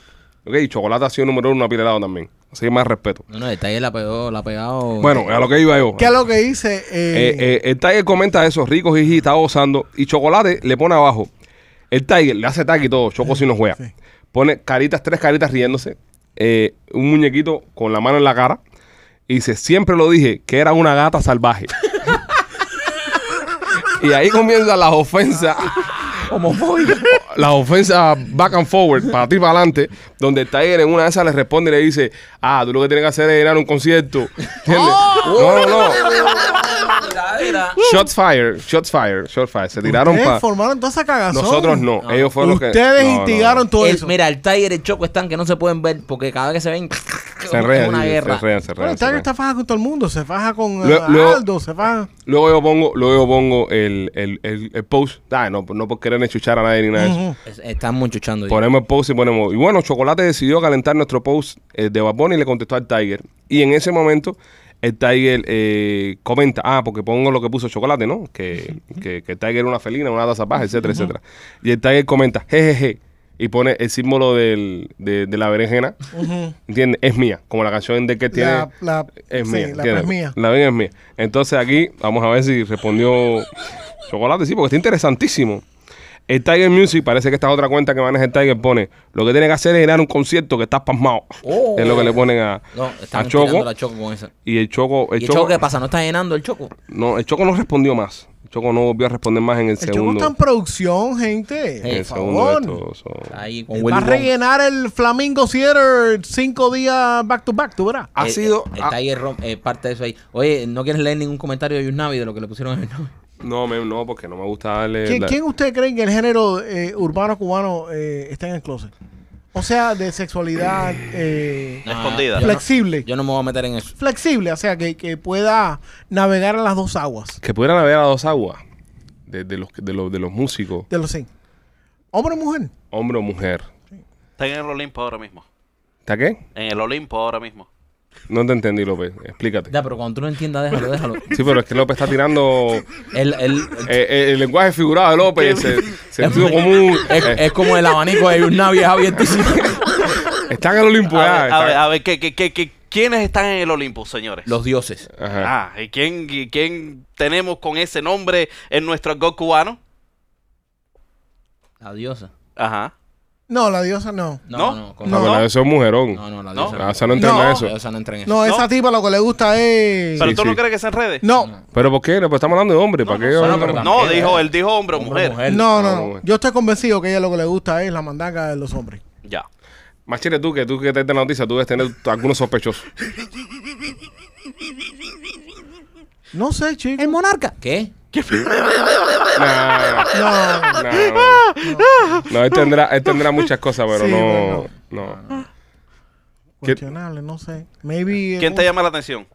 [SPEAKER 1] ¿Ok? Y Chocolate ha sido número uno apilado también. Así que más respeto.
[SPEAKER 3] No, no, el taller la pegó, la ha pegado.
[SPEAKER 1] Bueno, a lo que iba yo.
[SPEAKER 4] ¿Qué es lo que dice?
[SPEAKER 1] Eh,
[SPEAKER 4] Eh,
[SPEAKER 1] eh, el Tiger comenta eso, rico, jiji, está gozando. Y Chocolate le pone abajo. El Tiger le hace tag y todo, Choco si no juega. Pone caritas, tres caritas riéndose. eh, un muñequito con la mano en la cara. Y dice, siempre lo dije, que era una gata salvaje. y ahí comienzan las ofensas.
[SPEAKER 3] homofóbico.
[SPEAKER 1] Las ofensas back and forward, para ti para adelante, donde el Tiger en una de esas le responde y le dice, ah, tú lo que tienes que hacer es llenar un concierto. ¿Entiendes? no, no, no. Shots fire, shots fire, shots fire. Se tiraron
[SPEAKER 4] ustedes
[SPEAKER 1] para.
[SPEAKER 4] formaron toda esa cagazón.
[SPEAKER 1] Nosotros no, ellos fueron los que.
[SPEAKER 4] Ustedes
[SPEAKER 1] No, no, no.
[SPEAKER 4] instigaron todo
[SPEAKER 3] El-
[SPEAKER 4] eso.
[SPEAKER 3] mira, el Tiger y el Choco están que no se pueden ver porque cada vez que se ven
[SPEAKER 1] Se enredan,
[SPEAKER 3] es una
[SPEAKER 1] sí,
[SPEAKER 3] guerra.
[SPEAKER 1] se enredan, se
[SPEAKER 4] Bueno,
[SPEAKER 1] enredan, se
[SPEAKER 4] el Tiger
[SPEAKER 1] enredan.
[SPEAKER 4] está faja con todo el mundo. Se faja con
[SPEAKER 1] Lo-
[SPEAKER 4] eh,
[SPEAKER 1] lo-
[SPEAKER 4] Aldo, se faja.
[SPEAKER 1] Luego yo pongo, luego yo pongo el, el, el, el post. Ah, no, no por querer enchuchar a nadie ni nada de eso.
[SPEAKER 4] Ujú.
[SPEAKER 3] Es- Están muchuchando. ya.
[SPEAKER 1] Ponemos el post y ponemos. Y bueno, Chocolate decidió calentar nuestro post eh, de Bad Bunny y le contestó al Tiger. Y en ese momento, el Tiger eh, comenta, ah, porque pongo lo que puso chocolate, ¿no? Que, que, que el Tiger era una felina, una hada salvaje, etcétera, etcétera. Y el Tiger comenta, jejeje, y pone el símbolo del, de, de la berenjena,
[SPEAKER 4] Ujú.
[SPEAKER 1] ¿entiendes? Es mía, como la canción de que tiene.
[SPEAKER 4] La, la,
[SPEAKER 1] es
[SPEAKER 4] sí,
[SPEAKER 1] mía,
[SPEAKER 4] la
[SPEAKER 1] ¿entiendes?
[SPEAKER 4] es mía.
[SPEAKER 1] La ven es mía. Entonces aquí vamos a ver si respondió Chocolate, sí, porque está interesantísimo. El Tiger Music, parece que esta es otra cuenta que maneja el Tiger, pone, lo que tiene que hacer es llenar un concierto que está pasmado.
[SPEAKER 3] Oh.
[SPEAKER 1] Es lo que le ponen a,
[SPEAKER 3] No,
[SPEAKER 1] a
[SPEAKER 3] están
[SPEAKER 1] Choco.
[SPEAKER 3] tirando la Choco con esa.
[SPEAKER 1] Y el Choco, el
[SPEAKER 3] ¿Y el
[SPEAKER 1] Choco,
[SPEAKER 3] Choco qué pasa? ¿No está llenando el Choco?
[SPEAKER 1] no, el Choco no respondió más. El Choco no volvió a responder más en el,
[SPEAKER 4] El choco
[SPEAKER 1] segundo.
[SPEAKER 4] está en producción, gente.
[SPEAKER 1] en el
[SPEAKER 3] por
[SPEAKER 1] segundo de
[SPEAKER 4] favor.
[SPEAKER 1] estos, so.
[SPEAKER 3] Ahí con
[SPEAKER 4] Va a rellenar el Flamingo Theater cinco días back to back, tú verás.
[SPEAKER 1] ha sido-
[SPEAKER 3] eh, El,
[SPEAKER 1] ah.
[SPEAKER 3] Tiger Rom- eh, parte de eso ahí. Oye, ¿no quieres leer ningún comentario de Yusnavi de lo que le pusieron en el nombre?
[SPEAKER 1] No, men, no, porque no me gusta darle...
[SPEAKER 4] ¿Quién,
[SPEAKER 1] la-
[SPEAKER 4] quién usted cree que el género eh, urbano cubano eh, está en el closet? O sea, de sexualidad eh,
[SPEAKER 5] No, Escondida.
[SPEAKER 3] yo no-
[SPEAKER 4] flexible.
[SPEAKER 3] yo no me voy a meter en eso.
[SPEAKER 4] Flexible, o sea, que, que pueda navegar en las dos aguas.
[SPEAKER 1] Que pudieran haber a dos aguas de, de los, de, los, de los músicos,
[SPEAKER 4] De los sí. Hombre o mujer.
[SPEAKER 1] hombre o mujer.
[SPEAKER 5] Está en el Olimpo ahora mismo.
[SPEAKER 1] ¿Está qué?
[SPEAKER 5] En el Olimpo ahora mismo.
[SPEAKER 1] No te entendí, López. Explícate.
[SPEAKER 3] Ya, pero cuando tú no entiendas, déjalo, déjalo.
[SPEAKER 1] Sí, pero es que López está tirando eh,
[SPEAKER 3] El, el-
[SPEAKER 1] eh, el lenguaje figurado de López, el sentido común.
[SPEAKER 3] es,
[SPEAKER 1] Eh,
[SPEAKER 3] es como el abanico de Yusnavi es abiertísimo.
[SPEAKER 1] está en el Olimpo
[SPEAKER 5] a,
[SPEAKER 1] ya.
[SPEAKER 5] ver,
[SPEAKER 1] Pues,
[SPEAKER 5] a
[SPEAKER 1] ah, está-
[SPEAKER 5] ver, a ver, ¿qué- qué- qué- qué- quiénes están en el Olimpo, señores?
[SPEAKER 3] Los dioses.
[SPEAKER 1] Ajá.
[SPEAKER 5] Ah, ¿y quién, y quién tenemos con ese nombre en nuestro God cubano?
[SPEAKER 3] La diosa.
[SPEAKER 5] Ajá.
[SPEAKER 4] No, la diosa no.
[SPEAKER 3] No,
[SPEAKER 5] ¿No?
[SPEAKER 3] no, no. con-
[SPEAKER 1] Ah,
[SPEAKER 4] No.
[SPEAKER 1] pero eso es un mujerón.
[SPEAKER 3] No, no, la
[SPEAKER 5] No.
[SPEAKER 3] diosa.
[SPEAKER 1] Ah, o sea, no entiendo
[SPEAKER 4] No.
[SPEAKER 3] La
[SPEAKER 1] eso.
[SPEAKER 3] diosa no entra en eso.
[SPEAKER 4] No, esa tipa lo que le gusta es.
[SPEAKER 5] ¿Pero
[SPEAKER 1] Sí,
[SPEAKER 5] tú
[SPEAKER 1] sí.
[SPEAKER 5] no crees que se enrede?
[SPEAKER 4] no,
[SPEAKER 1] ¿Pero por qué? No, pues estamos hablando de hombre. ¿Para qué?
[SPEAKER 3] no,
[SPEAKER 1] hablar-
[SPEAKER 3] no, pero también,
[SPEAKER 5] No,
[SPEAKER 3] eh.
[SPEAKER 5] dijo, él dijo hombre o mujer.
[SPEAKER 1] No,
[SPEAKER 4] no, no, no.
[SPEAKER 1] Ah, bueno.
[SPEAKER 4] Yo estoy convencido que a ella lo que le gusta es la mandanga de los hombres.
[SPEAKER 5] Ya.
[SPEAKER 1] Machete, tú que tú que te en la noticia, tú debes tener algunos sospechosos.
[SPEAKER 4] No sé, chico.
[SPEAKER 3] El monarca. ¿Qué?
[SPEAKER 1] Nah, nah,
[SPEAKER 4] No.
[SPEAKER 1] no, No, él tendrá, él tendrá muchas cosas, pero
[SPEAKER 4] Sí,
[SPEAKER 1] no,
[SPEAKER 4] pero
[SPEAKER 1] no. ¿Qué-
[SPEAKER 4] Cuestionable, no sé. Maybe. eh,
[SPEAKER 5] ¿Quién te
[SPEAKER 4] ¿cómo-
[SPEAKER 5] llama la atención?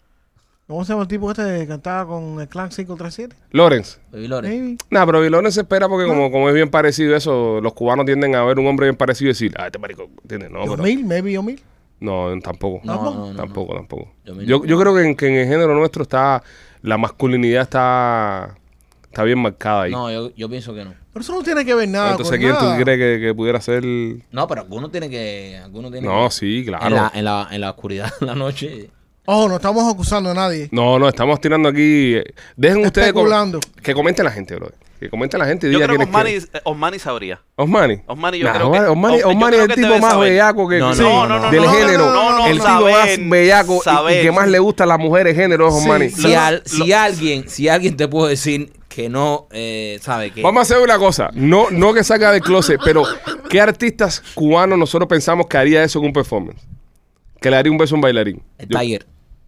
[SPEAKER 4] ¿Cómo se llama el tipo este que cantaba con el Clan 537?
[SPEAKER 1] Lorenz.
[SPEAKER 3] Baby Lore.
[SPEAKER 4] Maybe.
[SPEAKER 1] Nah, pero Vilone se espera porque como, como es bien parecido eso, los cubanos tienden a ver un hombre bien parecido y decir, ah, este marico, ¿entiendes? No, pero-
[SPEAKER 4] Yomil, maybe Yomil.
[SPEAKER 1] No, tampoco.
[SPEAKER 3] No, no, no, no.
[SPEAKER 1] tampoco, tampoco.
[SPEAKER 3] Yo
[SPEAKER 1] Yo,
[SPEAKER 3] me-
[SPEAKER 1] yo creo que en, que en el género nuestro está la masculinidad está, está bien marcada ahí.
[SPEAKER 3] No, yo, yo pienso que no.
[SPEAKER 4] Pero eso no tiene que ver nada.
[SPEAKER 1] Entonces,
[SPEAKER 4] con
[SPEAKER 1] ¿quién tú
[SPEAKER 4] nada.
[SPEAKER 1] crees que, que pudiera ser?
[SPEAKER 3] No, pero alguno tiene que. Alguno tiene
[SPEAKER 1] No,
[SPEAKER 3] que-
[SPEAKER 1] sí, claro.
[SPEAKER 3] En la, en, la, en la oscuridad, en la noche.
[SPEAKER 4] Ojo, no estamos acusando a nadie.
[SPEAKER 1] No, no, estamos tirando aquí. Dejen ustedes com-
[SPEAKER 4] Especulando.
[SPEAKER 1] que comente la gente, bro. Que comente la gente y
[SPEAKER 5] Yo
[SPEAKER 1] diga
[SPEAKER 5] creo que
[SPEAKER 1] quién es
[SPEAKER 5] Osmani,
[SPEAKER 1] quién.
[SPEAKER 5] eh, Osmani sabría.
[SPEAKER 1] Osmani.
[SPEAKER 5] Osmani, yo
[SPEAKER 1] Nah,
[SPEAKER 5] creo que-
[SPEAKER 1] Osmani- Osmani-
[SPEAKER 5] Osmani- yo
[SPEAKER 1] Osmani
[SPEAKER 5] creo
[SPEAKER 1] es
[SPEAKER 5] que
[SPEAKER 1] el tipo
[SPEAKER 5] debe
[SPEAKER 1] más
[SPEAKER 5] saber.
[SPEAKER 1] bellaco que
[SPEAKER 3] No,
[SPEAKER 1] sí,
[SPEAKER 5] no, no, no,
[SPEAKER 1] del
[SPEAKER 5] no, no,
[SPEAKER 1] género.
[SPEAKER 4] no, no, no,
[SPEAKER 1] el tipo
[SPEAKER 5] saber,
[SPEAKER 1] más bellaco y, y que
[SPEAKER 5] saber.
[SPEAKER 1] más le gusta a las mujeres género es Osmani.
[SPEAKER 3] Si,
[SPEAKER 4] Sí. Lo-
[SPEAKER 3] al- si alguien, si alguien te puedo decir que no, eh, sabe que.
[SPEAKER 1] Vamos a hacer una cosa, no, no que salga del closet, pero ¿qué artistas cubanos nosotros pensamos que haría eso en un performance? Que le haría un beso a un bailarín.
[SPEAKER 3] El
[SPEAKER 1] Yo-
[SPEAKER 3] Tiger.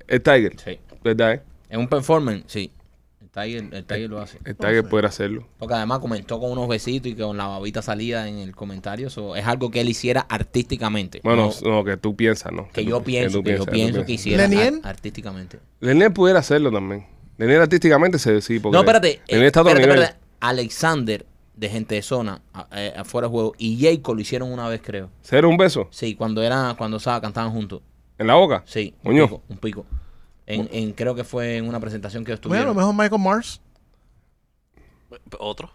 [SPEAKER 1] El Tiger.
[SPEAKER 3] Sí.
[SPEAKER 1] ¿Verdad? eh?
[SPEAKER 3] En un performance, sí. El Tiger, el Tiger lo hace.
[SPEAKER 1] El Tiger pudiera hacerlo.
[SPEAKER 3] Porque además comentó con unos besitos y con la babita salida en el comentario. Eso es algo que él hiciera artísticamente.
[SPEAKER 1] Bueno,
[SPEAKER 3] no
[SPEAKER 1] no, que tú piensas, ¿no?
[SPEAKER 3] que
[SPEAKER 1] tú-
[SPEAKER 3] yo pienso,
[SPEAKER 1] tú
[SPEAKER 3] que yo
[SPEAKER 1] piensas,
[SPEAKER 3] pienso
[SPEAKER 1] tú
[SPEAKER 3] que
[SPEAKER 1] piensas.
[SPEAKER 3] hiciera ar-
[SPEAKER 4] ¿Leniel?
[SPEAKER 3] artísticamente.
[SPEAKER 1] Leniel pudiera hacerlo también. Leniel artísticamente se sí, porque
[SPEAKER 3] No, espérate.
[SPEAKER 1] Leniel
[SPEAKER 3] eh,
[SPEAKER 1] está a otro
[SPEAKER 3] espérate,
[SPEAKER 1] nivel.
[SPEAKER 3] espérate. Alexander, de Gente de Zona, a- eh, afuera de juego, y Jacob lo hicieron una vez, creo.
[SPEAKER 1] ¿Ser un beso?
[SPEAKER 3] Sí, cuando era, cuando estaba, cantaban juntos.
[SPEAKER 1] ¿En la boca?
[SPEAKER 3] Sí, un
[SPEAKER 1] Coño.
[SPEAKER 3] pico. Un pico. En, en- creo que fue en una presentación que
[SPEAKER 4] Bueno, a
[SPEAKER 3] estuvieron.
[SPEAKER 4] lo mejor Michael Mars.
[SPEAKER 5] Otro.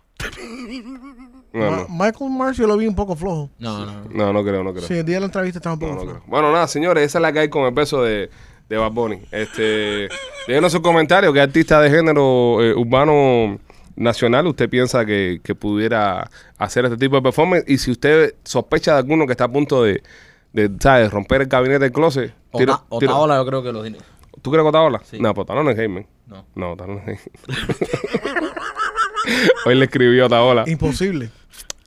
[SPEAKER 1] No,
[SPEAKER 4] Ma-
[SPEAKER 1] no.
[SPEAKER 4] Michael Mars yo lo vi un poco flojo.
[SPEAKER 3] No, no, no.
[SPEAKER 1] No, no creo, no creo.
[SPEAKER 4] Sí, el día de la entrevista estaba un poco
[SPEAKER 1] No, no
[SPEAKER 4] flojo.
[SPEAKER 1] creo. Bueno, nada, señores, esa es la que hay con el peso de, de Bad Bunny. Este, déjenos sus comentarios, qué artista de género eh, urbano nacional usted piensa que, que pudiera hacer este tipo de performance y si usted sospecha de alguno que está a punto de, de, ¿sabes? romper el gabinete del closet. tira-
[SPEAKER 3] Ota-
[SPEAKER 1] tira-
[SPEAKER 3] Otaola yo creo que lo
[SPEAKER 1] ¿Tú crees que Otaola?
[SPEAKER 3] Sí.
[SPEAKER 1] No, pues Otaola no es gay, man.
[SPEAKER 3] No.
[SPEAKER 1] No, Otaola no es gay. Hoy le escribió a Otaola.
[SPEAKER 4] Imposible.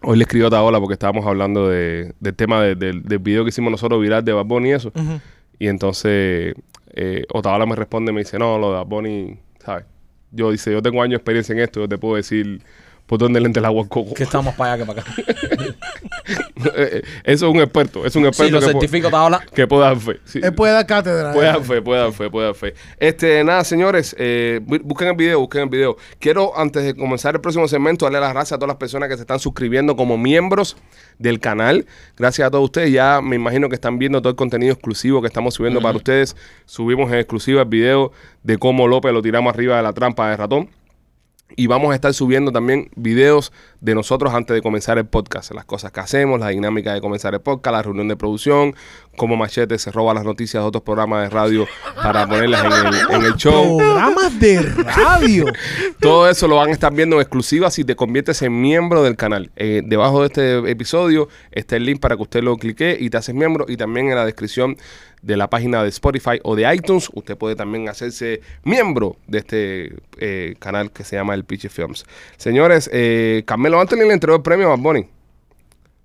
[SPEAKER 1] Hoy le escribió a Otaola porque estábamos hablando de, del tema de- del- del video que hicimos nosotros viral de Bad Bunny y eso.
[SPEAKER 4] Ujú.
[SPEAKER 1] Y entonces eh, Otaola me responde, me dice, no, lo de Bad Bunny, ¿sabes? Yo dice, yo tengo años de experiencia en esto, yo te puedo decir botón de lente el agua al coco.
[SPEAKER 3] Que estamos para allá que para acá.
[SPEAKER 1] Eh, eh, Eso es un experto, es un
[SPEAKER 3] Sí,
[SPEAKER 1] experto
[SPEAKER 3] lo
[SPEAKER 1] que, po-
[SPEAKER 3] certifico hasta ahora.
[SPEAKER 1] que pueda dar fe. Sí.
[SPEAKER 4] Él puede dar cátedra. ¿eh?
[SPEAKER 1] Puede dar fe, puede dar fe, puede dar fe. Este, nada, señores, eh, bu- busquen el video, busquen el video. Quiero, antes de comenzar el próximo segmento, darle las gracias a todas las personas que se están suscribiendo como miembros del canal. Gracias a todos ustedes. Ya me imagino que están viendo todo el contenido exclusivo que estamos subiendo para ustedes. Subimos en exclusiva el video de cómo López lo tiramos arriba de la trampa de ratón. Y vamos a estar subiendo también videos de nosotros antes de comenzar el podcast. Las cosas que hacemos, la dinámica de comenzar el podcast, la reunión de producción, cómo Machete se roba las noticias de otros programas de radio para ponerlas en el, en el show.
[SPEAKER 4] Programas de radio.
[SPEAKER 1] Todo eso lo van a estar viendo en exclusiva si te conviertes en miembro del canal. Eh, debajo de este episodio está el link para que usted lo clique y te haces miembro. Y también en la descripción de la página de Spotify o de iTunes, usted puede también hacerse miembro de este eh, canal que se llama El Pichi Films. Señores, eh, Carmelo Anthony le entregó el premio a Bad Bunny.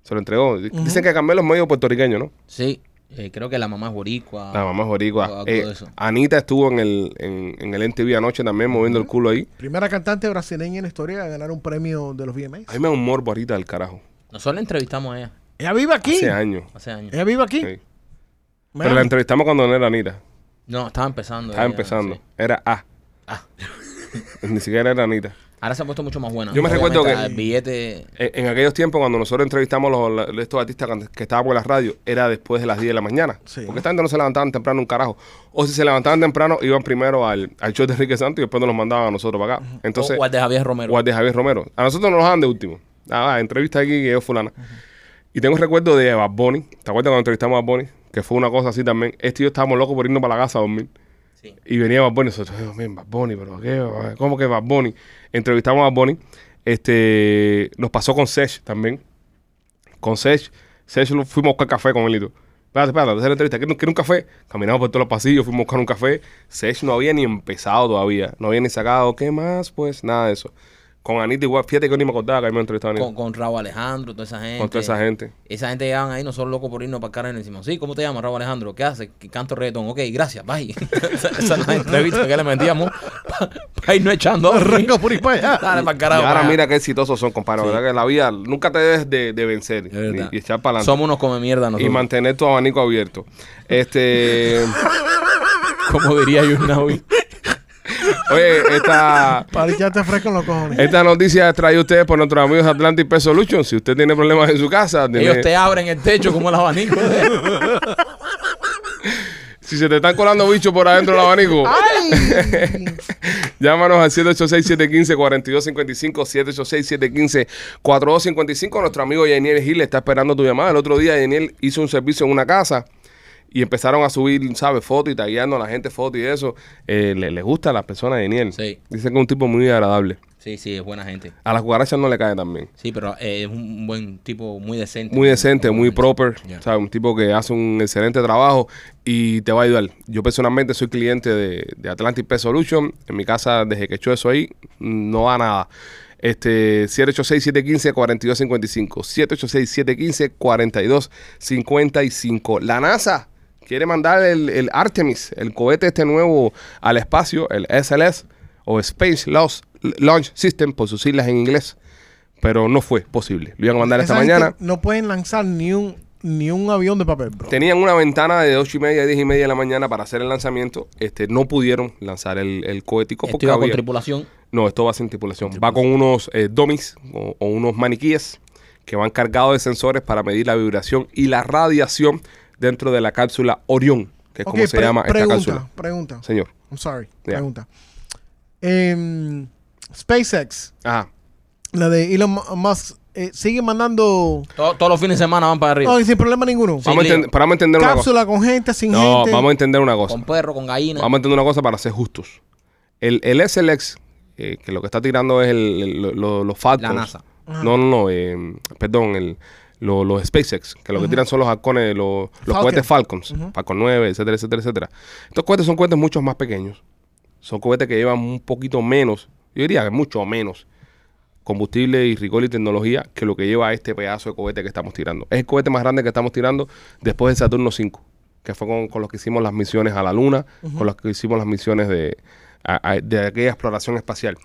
[SPEAKER 1] Se lo entregó. Dicen que Carmelo es medio puertorriqueño, ¿no?
[SPEAKER 3] Sí, eh, creo que la mamá es boricua.
[SPEAKER 1] La mamá es boricua.
[SPEAKER 3] algo
[SPEAKER 1] Eh,
[SPEAKER 3] de Ah, eso.
[SPEAKER 1] Anita estuvo en el, en, en el NTV anoche también moviendo el culo ahí.
[SPEAKER 4] Primera cantante brasileña en la historia a ganar un premio de los VMAs.
[SPEAKER 1] A mí me da un morbo ahorita del carajo.
[SPEAKER 3] Nosotros la entrevistamos a ella
[SPEAKER 4] Ella vive aquí.
[SPEAKER 1] Hace años.
[SPEAKER 3] hace años.
[SPEAKER 4] Ella vive aquí.
[SPEAKER 1] Sí.
[SPEAKER 4] Man.
[SPEAKER 1] Pero la entrevistamos cuando no era Anita.
[SPEAKER 3] No, estaba empezando.
[SPEAKER 1] Estaba
[SPEAKER 3] ella,
[SPEAKER 1] empezando.
[SPEAKER 3] Ah, sí.
[SPEAKER 1] Era A.
[SPEAKER 3] Ah.
[SPEAKER 1] Ni siquiera era Anita.
[SPEAKER 3] Ahora se ha puesto mucho más buena.
[SPEAKER 1] Yo me
[SPEAKER 3] Obviamente,
[SPEAKER 1] recuerdo que-
[SPEAKER 3] El billete.
[SPEAKER 1] En, en aquellos tiempos, cuando nosotros entrevistamos los, la- estos artistas cuando- que estábamos en la radio, era después de las 10 de la mañana.
[SPEAKER 4] Sí.
[SPEAKER 1] Porque esta gente no se levantaban temprano un carajo. O si se levantaban temprano, iban primero al, al show de Enrique Santos y después nos los mandaban a nosotros para acá. Entonces,
[SPEAKER 3] o al de Javier Romero.
[SPEAKER 1] o al de Javier Romero. A nosotros nos los dan de último. Ah, ah, entrevista aquí que yo fulana. Y tengo recuerdo de Bad Bunny. ¿Te acuerdas cuando entrevistamos a Bad Bunny? Que fue una cosa así también. Este y yo estábamos locos por irnos para la casa a dormir.
[SPEAKER 3] Sí.
[SPEAKER 1] Y venía Bad Bunny. Nosotros, "Dios mío, Bad Bunny, pero qué, ¿cómo que Bad Bunny? Entrevistamos a Bad Bunny. Este, nos pasó con Sesh también. Con Sesh. Sesh lo fuimos a buscar café con él y todo. Espérate, espérate, hacer la entrevista. ¿Quieres un- quieres un café? Caminamos por todos los pasillos, fuimos a buscar un café. Sesh no había ni empezado todavía. No había ni sacado. ¿Qué más? Pues nada de eso. Con Anita igual. Fíjate que yo ni me acordaba que habíamos entrevistado a Anita.
[SPEAKER 3] Con,
[SPEAKER 1] Con,
[SPEAKER 3] con Raúl Alejandro, toda esa gente.
[SPEAKER 1] toda esa gente.
[SPEAKER 3] Esa gente llegaban ahí, nosotros locos por irnos para cara y le decimos, sí, ¿cómo te llamas, Raúl Alejandro? ¿Qué haces? ¿Qué canto reggaetón? Ok, gracias, bye. esa, esa es la entrevista que le metíamos para irnos echando.
[SPEAKER 4] Arranca por ahí para allá.
[SPEAKER 3] Dale para
[SPEAKER 1] Y
[SPEAKER 3] carajo.
[SPEAKER 1] ahora
[SPEAKER 3] para
[SPEAKER 1] mira qué exitosos son, compadre. ¿Verdad que la vida nunca te debes de, de vencer
[SPEAKER 3] Es verdad.
[SPEAKER 1] y, y echar para adelante.
[SPEAKER 3] Somos unos come mierda
[SPEAKER 1] Y
[SPEAKER 3] nosotros.
[SPEAKER 1] mantener tu abanico abierto. Este.
[SPEAKER 3] como diría Yurnawi.
[SPEAKER 1] Oye, esta.
[SPEAKER 4] Para echarte fresco en los cojones.
[SPEAKER 1] Esta noticia es traída a ustedes por nuestros amigos de Atlantic Pest Solutions. Si usted tiene problemas en su casa, tiene-
[SPEAKER 3] Ellos te abren el techo como el abanico.
[SPEAKER 1] si se te están colando bichos por adentro del abanico, llámanos al 786-715-4255, 786-715-4255. Nuestro amigo Yaniel Gil está esperando tu llamada. El otro día Yaniel hizo un servicio en una casa y empezaron a subir, ¿sabes? Fotos y tagueando a la gente fotos y eso. Eh, le, le gusta a las personas de Yaniel.
[SPEAKER 3] Sí.
[SPEAKER 1] Dicen que es un tipo muy agradable.
[SPEAKER 3] sí, sí, es buena gente.
[SPEAKER 1] A las cucarachas no le cae tan bien.
[SPEAKER 3] Sí, pero eh, es un buen tipo muy decente.
[SPEAKER 1] Muy decente, muy proper,
[SPEAKER 3] Ya.
[SPEAKER 1] ¿sabes? un tipo que hace un excelente trabajo y te va a ayudar. Yo personalmente soy cliente de, de Atlantic Pest Solution. En mi casa, desde que echó eso ahí, no da nada. Este, 786-715-4255. 786-715-4255. La NASA quiere mandar el, el Artemis, el cohete este nuevo al espacio, el SLS o Space Launch- Launch System, por sus siglas en inglés. Pero no fue posible. Lo iban a mandar esta
[SPEAKER 4] Esa gente
[SPEAKER 1] mañana.
[SPEAKER 4] No pueden lanzar ni un, ni un avión de papel, bro.
[SPEAKER 1] Tenían una ventana de 8 y media a 10 y media de la mañana para hacer el lanzamiento. Este, no pudieron lanzar el, el cohetico
[SPEAKER 3] Esto
[SPEAKER 1] porque
[SPEAKER 3] iba con
[SPEAKER 1] había-
[SPEAKER 3] tripulación.
[SPEAKER 1] No, esto va sin tripulación. Va con unos eh, dummies o, o unos maniquíes que van cargados de sensores para medir la vibración y la radiación dentro de la cápsula Orión, que es
[SPEAKER 4] Ok,
[SPEAKER 1] como se
[SPEAKER 4] pre-
[SPEAKER 1] llama esta
[SPEAKER 4] pregunta,
[SPEAKER 1] cápsula.
[SPEAKER 4] Pregunta,
[SPEAKER 1] Señor.
[SPEAKER 4] I'm sorry.
[SPEAKER 1] Ya.
[SPEAKER 4] Pregunta. Em, SpaceX,
[SPEAKER 1] Ajá.
[SPEAKER 4] la de Elon Mu- Musk, eh, sigue mandando...
[SPEAKER 3] To- todos los fines de semana van para arriba.
[SPEAKER 4] No, y sin problema ninguno.
[SPEAKER 1] Vamos a,
[SPEAKER 3] Leo.
[SPEAKER 1] enten- pero vamos a entender una cosa.
[SPEAKER 4] Cápsula con gente, sin
[SPEAKER 1] No,
[SPEAKER 4] gente.
[SPEAKER 1] vamos a entender una cosa.
[SPEAKER 3] con perro, con gallina.
[SPEAKER 1] Vamos a entender una cosa para ser justos. El, el SLX, eh, que lo que está tirando es el, el- lo- lo- los Falcons.
[SPEAKER 3] La NASA.
[SPEAKER 1] No, no, no. eh, perdón, el, lo- los SpaceX, que lo que tiran son los halcones, los, los
[SPEAKER 4] Falcon.
[SPEAKER 1] cohetes Falcons. Falcon 9, etcétera, etcétera, etcétera. Estos cohetes son cohetes mucho más pequeños. Son cohetes que llevan un poquito menos, yo diría que mucho menos, combustible y rigor y tecnología que lo que lleva este pedazo de cohete que estamos tirando. Es el cohete más grande que estamos tirando después de Saturno 5, que fue con, con los que hicimos las misiones a la Luna, con los que hicimos las misiones de, a- a- de aquella exploración espacial.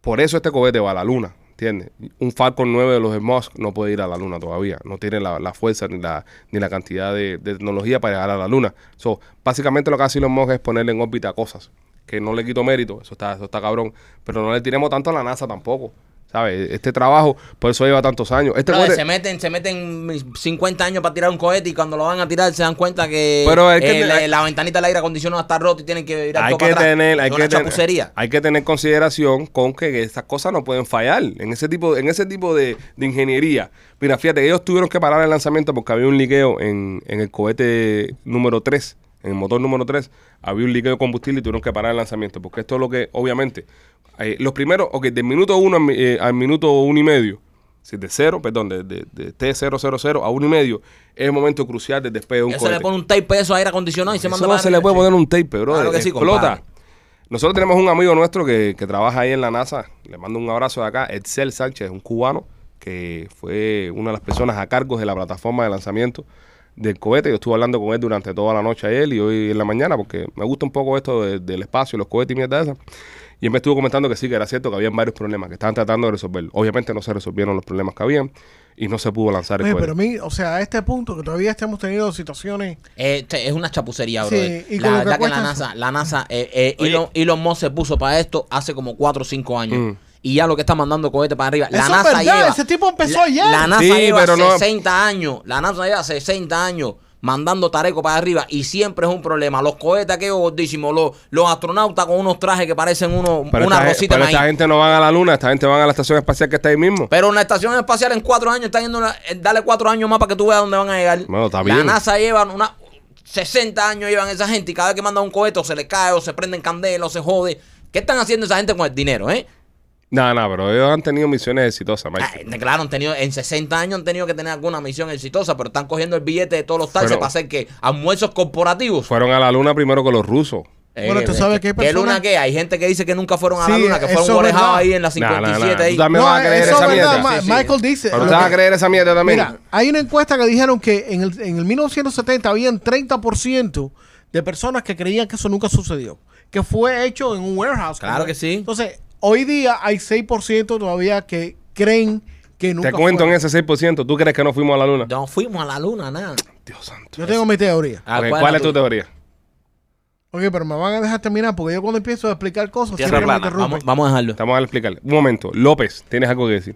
[SPEAKER 1] Por eso este cohete va a la Luna. ¿Entiendes? Un Falcon 9 de los de Musk no puede ir a la luna todavía. No tiene la, la fuerza ni la, ni la cantidad de, de tecnología para llegar a la luna. So, básicamente lo que hace Elon Musk es ponerle en órbita cosas. Que no le quito mérito, eso está, eso está cabrón. Pero no le tiremos tanto a la NASA tampoco. ¿Sabes? Este trabajo, por eso lleva tantos años. Este
[SPEAKER 3] Brother,
[SPEAKER 1] cohete-
[SPEAKER 3] se meten, se meten 50 años para tirar un cohete y cuando lo van a tirar se dan cuenta que,
[SPEAKER 1] Pero es que
[SPEAKER 3] eh,
[SPEAKER 1] te-
[SPEAKER 3] la, la ventanita del aire acondicionado está rota y tienen que virar
[SPEAKER 1] hay
[SPEAKER 3] todo
[SPEAKER 1] que
[SPEAKER 3] para atrás.
[SPEAKER 1] tener hay
[SPEAKER 3] Es
[SPEAKER 1] que
[SPEAKER 3] una
[SPEAKER 1] tener-
[SPEAKER 3] chapucería.
[SPEAKER 1] hay que tener consideración con que estas cosas no pueden fallar en ese tipo en ese tipo de, de ingeniería mira fíjate ellos tuvieron que parar el lanzamiento porque había un liqueo en, en el cohete número 3 en el motor número 3 había un liqueo de combustible y tuvieron que parar el lanzamiento porque esto es lo que obviamente eh, los primeros ok del minuto 1 al, mi- eh, al minuto 1 y medio sí, de cero, perdón, de, de, de T000 a uno y medio, es el momento crucial del despegue de un
[SPEAKER 3] Eso
[SPEAKER 1] cohete.
[SPEAKER 3] le pone un tape eso a aire acondicionado y se
[SPEAKER 1] Eso
[SPEAKER 3] manda
[SPEAKER 1] no
[SPEAKER 3] para
[SPEAKER 1] se le
[SPEAKER 3] arriba.
[SPEAKER 1] puede poner un tape, bro.
[SPEAKER 3] Claro que sí,
[SPEAKER 1] Explota.
[SPEAKER 3] compadre.
[SPEAKER 1] Nosotros tenemos un amigo nuestro que, que trabaja ahí en la NASA. Le mando un abrazo de acá. Edsel Sánchez, un cubano que fue una de las personas a cargo de la plataforma de lanzamiento del cohete. Yo estuve hablando con él durante toda la noche ayer y hoy en la mañana porque me gusta un poco esto de- del espacio, los cohetes y mierda esa. Y él me estuvo comentando que sí, que era cierto que había varios problemas que estaban tratando de resolver. Obviamente no se resolvieron los problemas que habían y no se pudo lanzar el
[SPEAKER 4] Oye,
[SPEAKER 1] cohete.
[SPEAKER 4] pero a mí, o sea, a este punto que todavía estemos teniendo situaciones.
[SPEAKER 3] Eh, te- es una chapucería,
[SPEAKER 4] Sí,
[SPEAKER 3] bro.
[SPEAKER 4] y
[SPEAKER 3] la
[SPEAKER 4] con lo que
[SPEAKER 3] verdad que la
[SPEAKER 4] cuesta-
[SPEAKER 3] NASA, la NASA, eh, eh,
[SPEAKER 5] Oye.
[SPEAKER 3] Elon, Elon Musk se puso para esto hace como 4 o 5 años.
[SPEAKER 1] Mm.
[SPEAKER 3] Y ya lo que está mandando cohete para arriba. La
[SPEAKER 4] Eso es
[SPEAKER 3] NASA
[SPEAKER 4] verdad,
[SPEAKER 3] lleva.
[SPEAKER 4] ese tipo empezó
[SPEAKER 3] la,
[SPEAKER 4] ayer.
[SPEAKER 3] La NASA
[SPEAKER 1] Sí,
[SPEAKER 3] lleva
[SPEAKER 1] pero no-
[SPEAKER 3] 60 años. La NASA lleva 60 años mandando tareco para arriba. Y siempre es un problema. Los cohetes aquellos gordísimos, los, los astronautas con unos trajes que parecen uno,
[SPEAKER 1] Pero esta,
[SPEAKER 3] una
[SPEAKER 1] gen- pero
[SPEAKER 3] rosita de maíz.
[SPEAKER 1] esta gente no van a la luna, esta gente van a la estación espacial que está ahí mismo.
[SPEAKER 3] Pero una estación espacial en cuatro años está yendo. una- eh, dale cuatro años más para que tú veas dónde van a llegar.
[SPEAKER 1] Bueno, está
[SPEAKER 3] La
[SPEAKER 1] bien.
[SPEAKER 3] NASA llevan una. 60 años llevan esa gente y cada vez que manda un cohete o se le cae o se prenden candela o se jode. ¿Qué están haciendo esa gente con el dinero, eh?
[SPEAKER 1] No, no, pero ellos han tenido misiones exitosas, Mike.
[SPEAKER 3] Ah, claro, han tenido, en 60 años han tenido que tener alguna misión exitosa, pero están cogiendo el billete de todos los taxis
[SPEAKER 1] Pero-
[SPEAKER 3] para hacer que almuerzos corporativos.
[SPEAKER 1] Fueron a la luna primero que los rusos.
[SPEAKER 4] Bueno,
[SPEAKER 3] Eh,
[SPEAKER 4] tú sabes que hay
[SPEAKER 3] ¿Qué luna
[SPEAKER 4] personas-
[SPEAKER 3] qué? Hay gente que dice que nunca fueron a la
[SPEAKER 4] Sí,
[SPEAKER 3] luna, que
[SPEAKER 4] eso
[SPEAKER 3] fueron
[SPEAKER 4] es
[SPEAKER 3] orejados
[SPEAKER 4] verdad.
[SPEAKER 3] ahí en
[SPEAKER 1] Nah,
[SPEAKER 3] la
[SPEAKER 1] nah,
[SPEAKER 3] 57.
[SPEAKER 1] nah,
[SPEAKER 3] ahí.
[SPEAKER 1] Tú también vas a creer
[SPEAKER 4] eso
[SPEAKER 1] esa
[SPEAKER 4] es verdad,
[SPEAKER 1] mierda.
[SPEAKER 4] Ma-
[SPEAKER 3] Sí, sí.
[SPEAKER 4] Michael dice.
[SPEAKER 1] Pero
[SPEAKER 4] lo
[SPEAKER 1] tú vas a
[SPEAKER 4] que-
[SPEAKER 1] creer esa mierda también.
[SPEAKER 4] Mira, hay una encuesta que dijeron que en el, en el 1970 habían 30% de personas que creían que eso nunca sucedió, que fue hecho en un warehouse.
[SPEAKER 3] Claro que sí.
[SPEAKER 4] Entonces, hoy día hay 6% todavía que creen que nunca
[SPEAKER 1] Te cuento
[SPEAKER 4] fue.
[SPEAKER 1] en ese 6%. ¿Tú crees que no fuimos a la luna?
[SPEAKER 3] No fuimos a la luna, nada.
[SPEAKER 1] Dios santo.
[SPEAKER 4] Yo tengo mi teoría.
[SPEAKER 3] Ah,
[SPEAKER 1] Ok,
[SPEAKER 3] ¿cuál
[SPEAKER 1] ¿Cuál,
[SPEAKER 3] es
[SPEAKER 1] es tu
[SPEAKER 3] tu-
[SPEAKER 1] teoría?
[SPEAKER 4] Ok, pero me van a dejar terminar porque yo cuando empiezo a explicar cosas
[SPEAKER 5] Tierra
[SPEAKER 4] siempre me
[SPEAKER 5] plana,
[SPEAKER 4] interrumpen.
[SPEAKER 3] Vamos, vamos a dejarlo.
[SPEAKER 1] Estamos a explicarle. Un momento. López, ¿tienes algo que decir?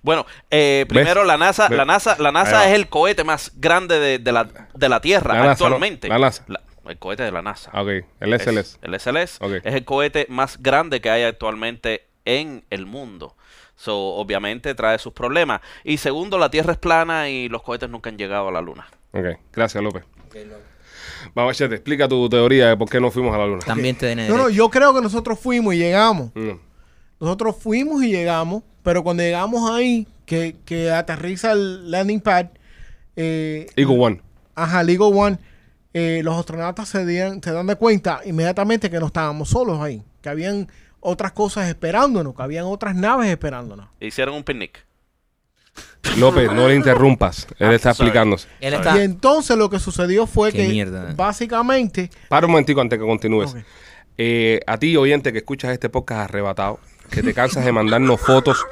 [SPEAKER 5] Bueno, eh,
[SPEAKER 1] ¿Ves?
[SPEAKER 5] primero la NASA,
[SPEAKER 1] ¿Ves?
[SPEAKER 5] la NASA, la NASA
[SPEAKER 1] Ahí va.
[SPEAKER 5] es el cohete más grande de, de la, de la Tierra
[SPEAKER 1] La NASA, ¿no?
[SPEAKER 5] actualmente.
[SPEAKER 1] La NASA.
[SPEAKER 5] el cohete de la NASA.
[SPEAKER 1] Ah, Ok, el
[SPEAKER 5] Es-
[SPEAKER 1] SLS.
[SPEAKER 5] el SLS
[SPEAKER 1] Ok.
[SPEAKER 5] es el cohete más grande que hay actualmente en el mundo. So, obviamente trae sus problemas. Y segundo, la Tierra es plana y los cohetes nunca han llegado a la Luna.
[SPEAKER 1] Ok, gracias, López. Vamos, Chete, explica tu teoría de por qué no fuimos a la luna.
[SPEAKER 3] También te den
[SPEAKER 4] No, no, yo creo que nosotros fuimos y llegamos.
[SPEAKER 1] Mm.
[SPEAKER 4] Nosotros fuimos y llegamos, pero cuando llegamos ahí, que, que aterriza el landing pad, eh,
[SPEAKER 1] Eagle One.
[SPEAKER 4] ajá, Ligo One, eh, los astronautas se, dieron- se dan de cuenta inmediatamente que no estábamos solos ahí, que habían otras cosas esperándonos, que habían otras naves esperándonos.
[SPEAKER 5] Hicieron un picnic.
[SPEAKER 1] López, no le interrumpas. Él está
[SPEAKER 5] sorry.
[SPEAKER 1] explicándose.
[SPEAKER 3] Él está.
[SPEAKER 4] Y entonces lo que sucedió fue
[SPEAKER 3] Qué
[SPEAKER 4] que
[SPEAKER 3] mierda.
[SPEAKER 4] básicamente
[SPEAKER 1] Para un momentico antes que continúes.
[SPEAKER 4] Ok.
[SPEAKER 1] Eh, a ti, oyente, que escuchas este podcast arrebatado, que te cansas de mandarnos fotos,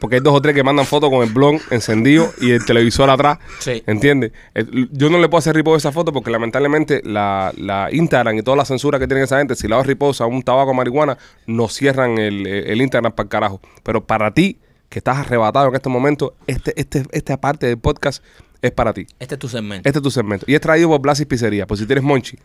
[SPEAKER 1] porque hay dos o tres que mandan fotos con el blog encendido y el televisor atrás.
[SPEAKER 3] Sí.
[SPEAKER 1] ¿Entiendes? El- Yo no le puedo hacer repost a esa foto porque lamentablemente la, la Instagram y toda la censura que tienen esa gente, si le hago repost a un tabaco a marihuana, nos cierran el, el Instagram para el carajo. Pero para ti, que estás arrebatado en este momento, este, este, esta parte del podcast es para ti.
[SPEAKER 3] Este es tu segmento.
[SPEAKER 1] Este es tu segmento. Y es traído por Blasis Pizzería. Por si tienes monchi.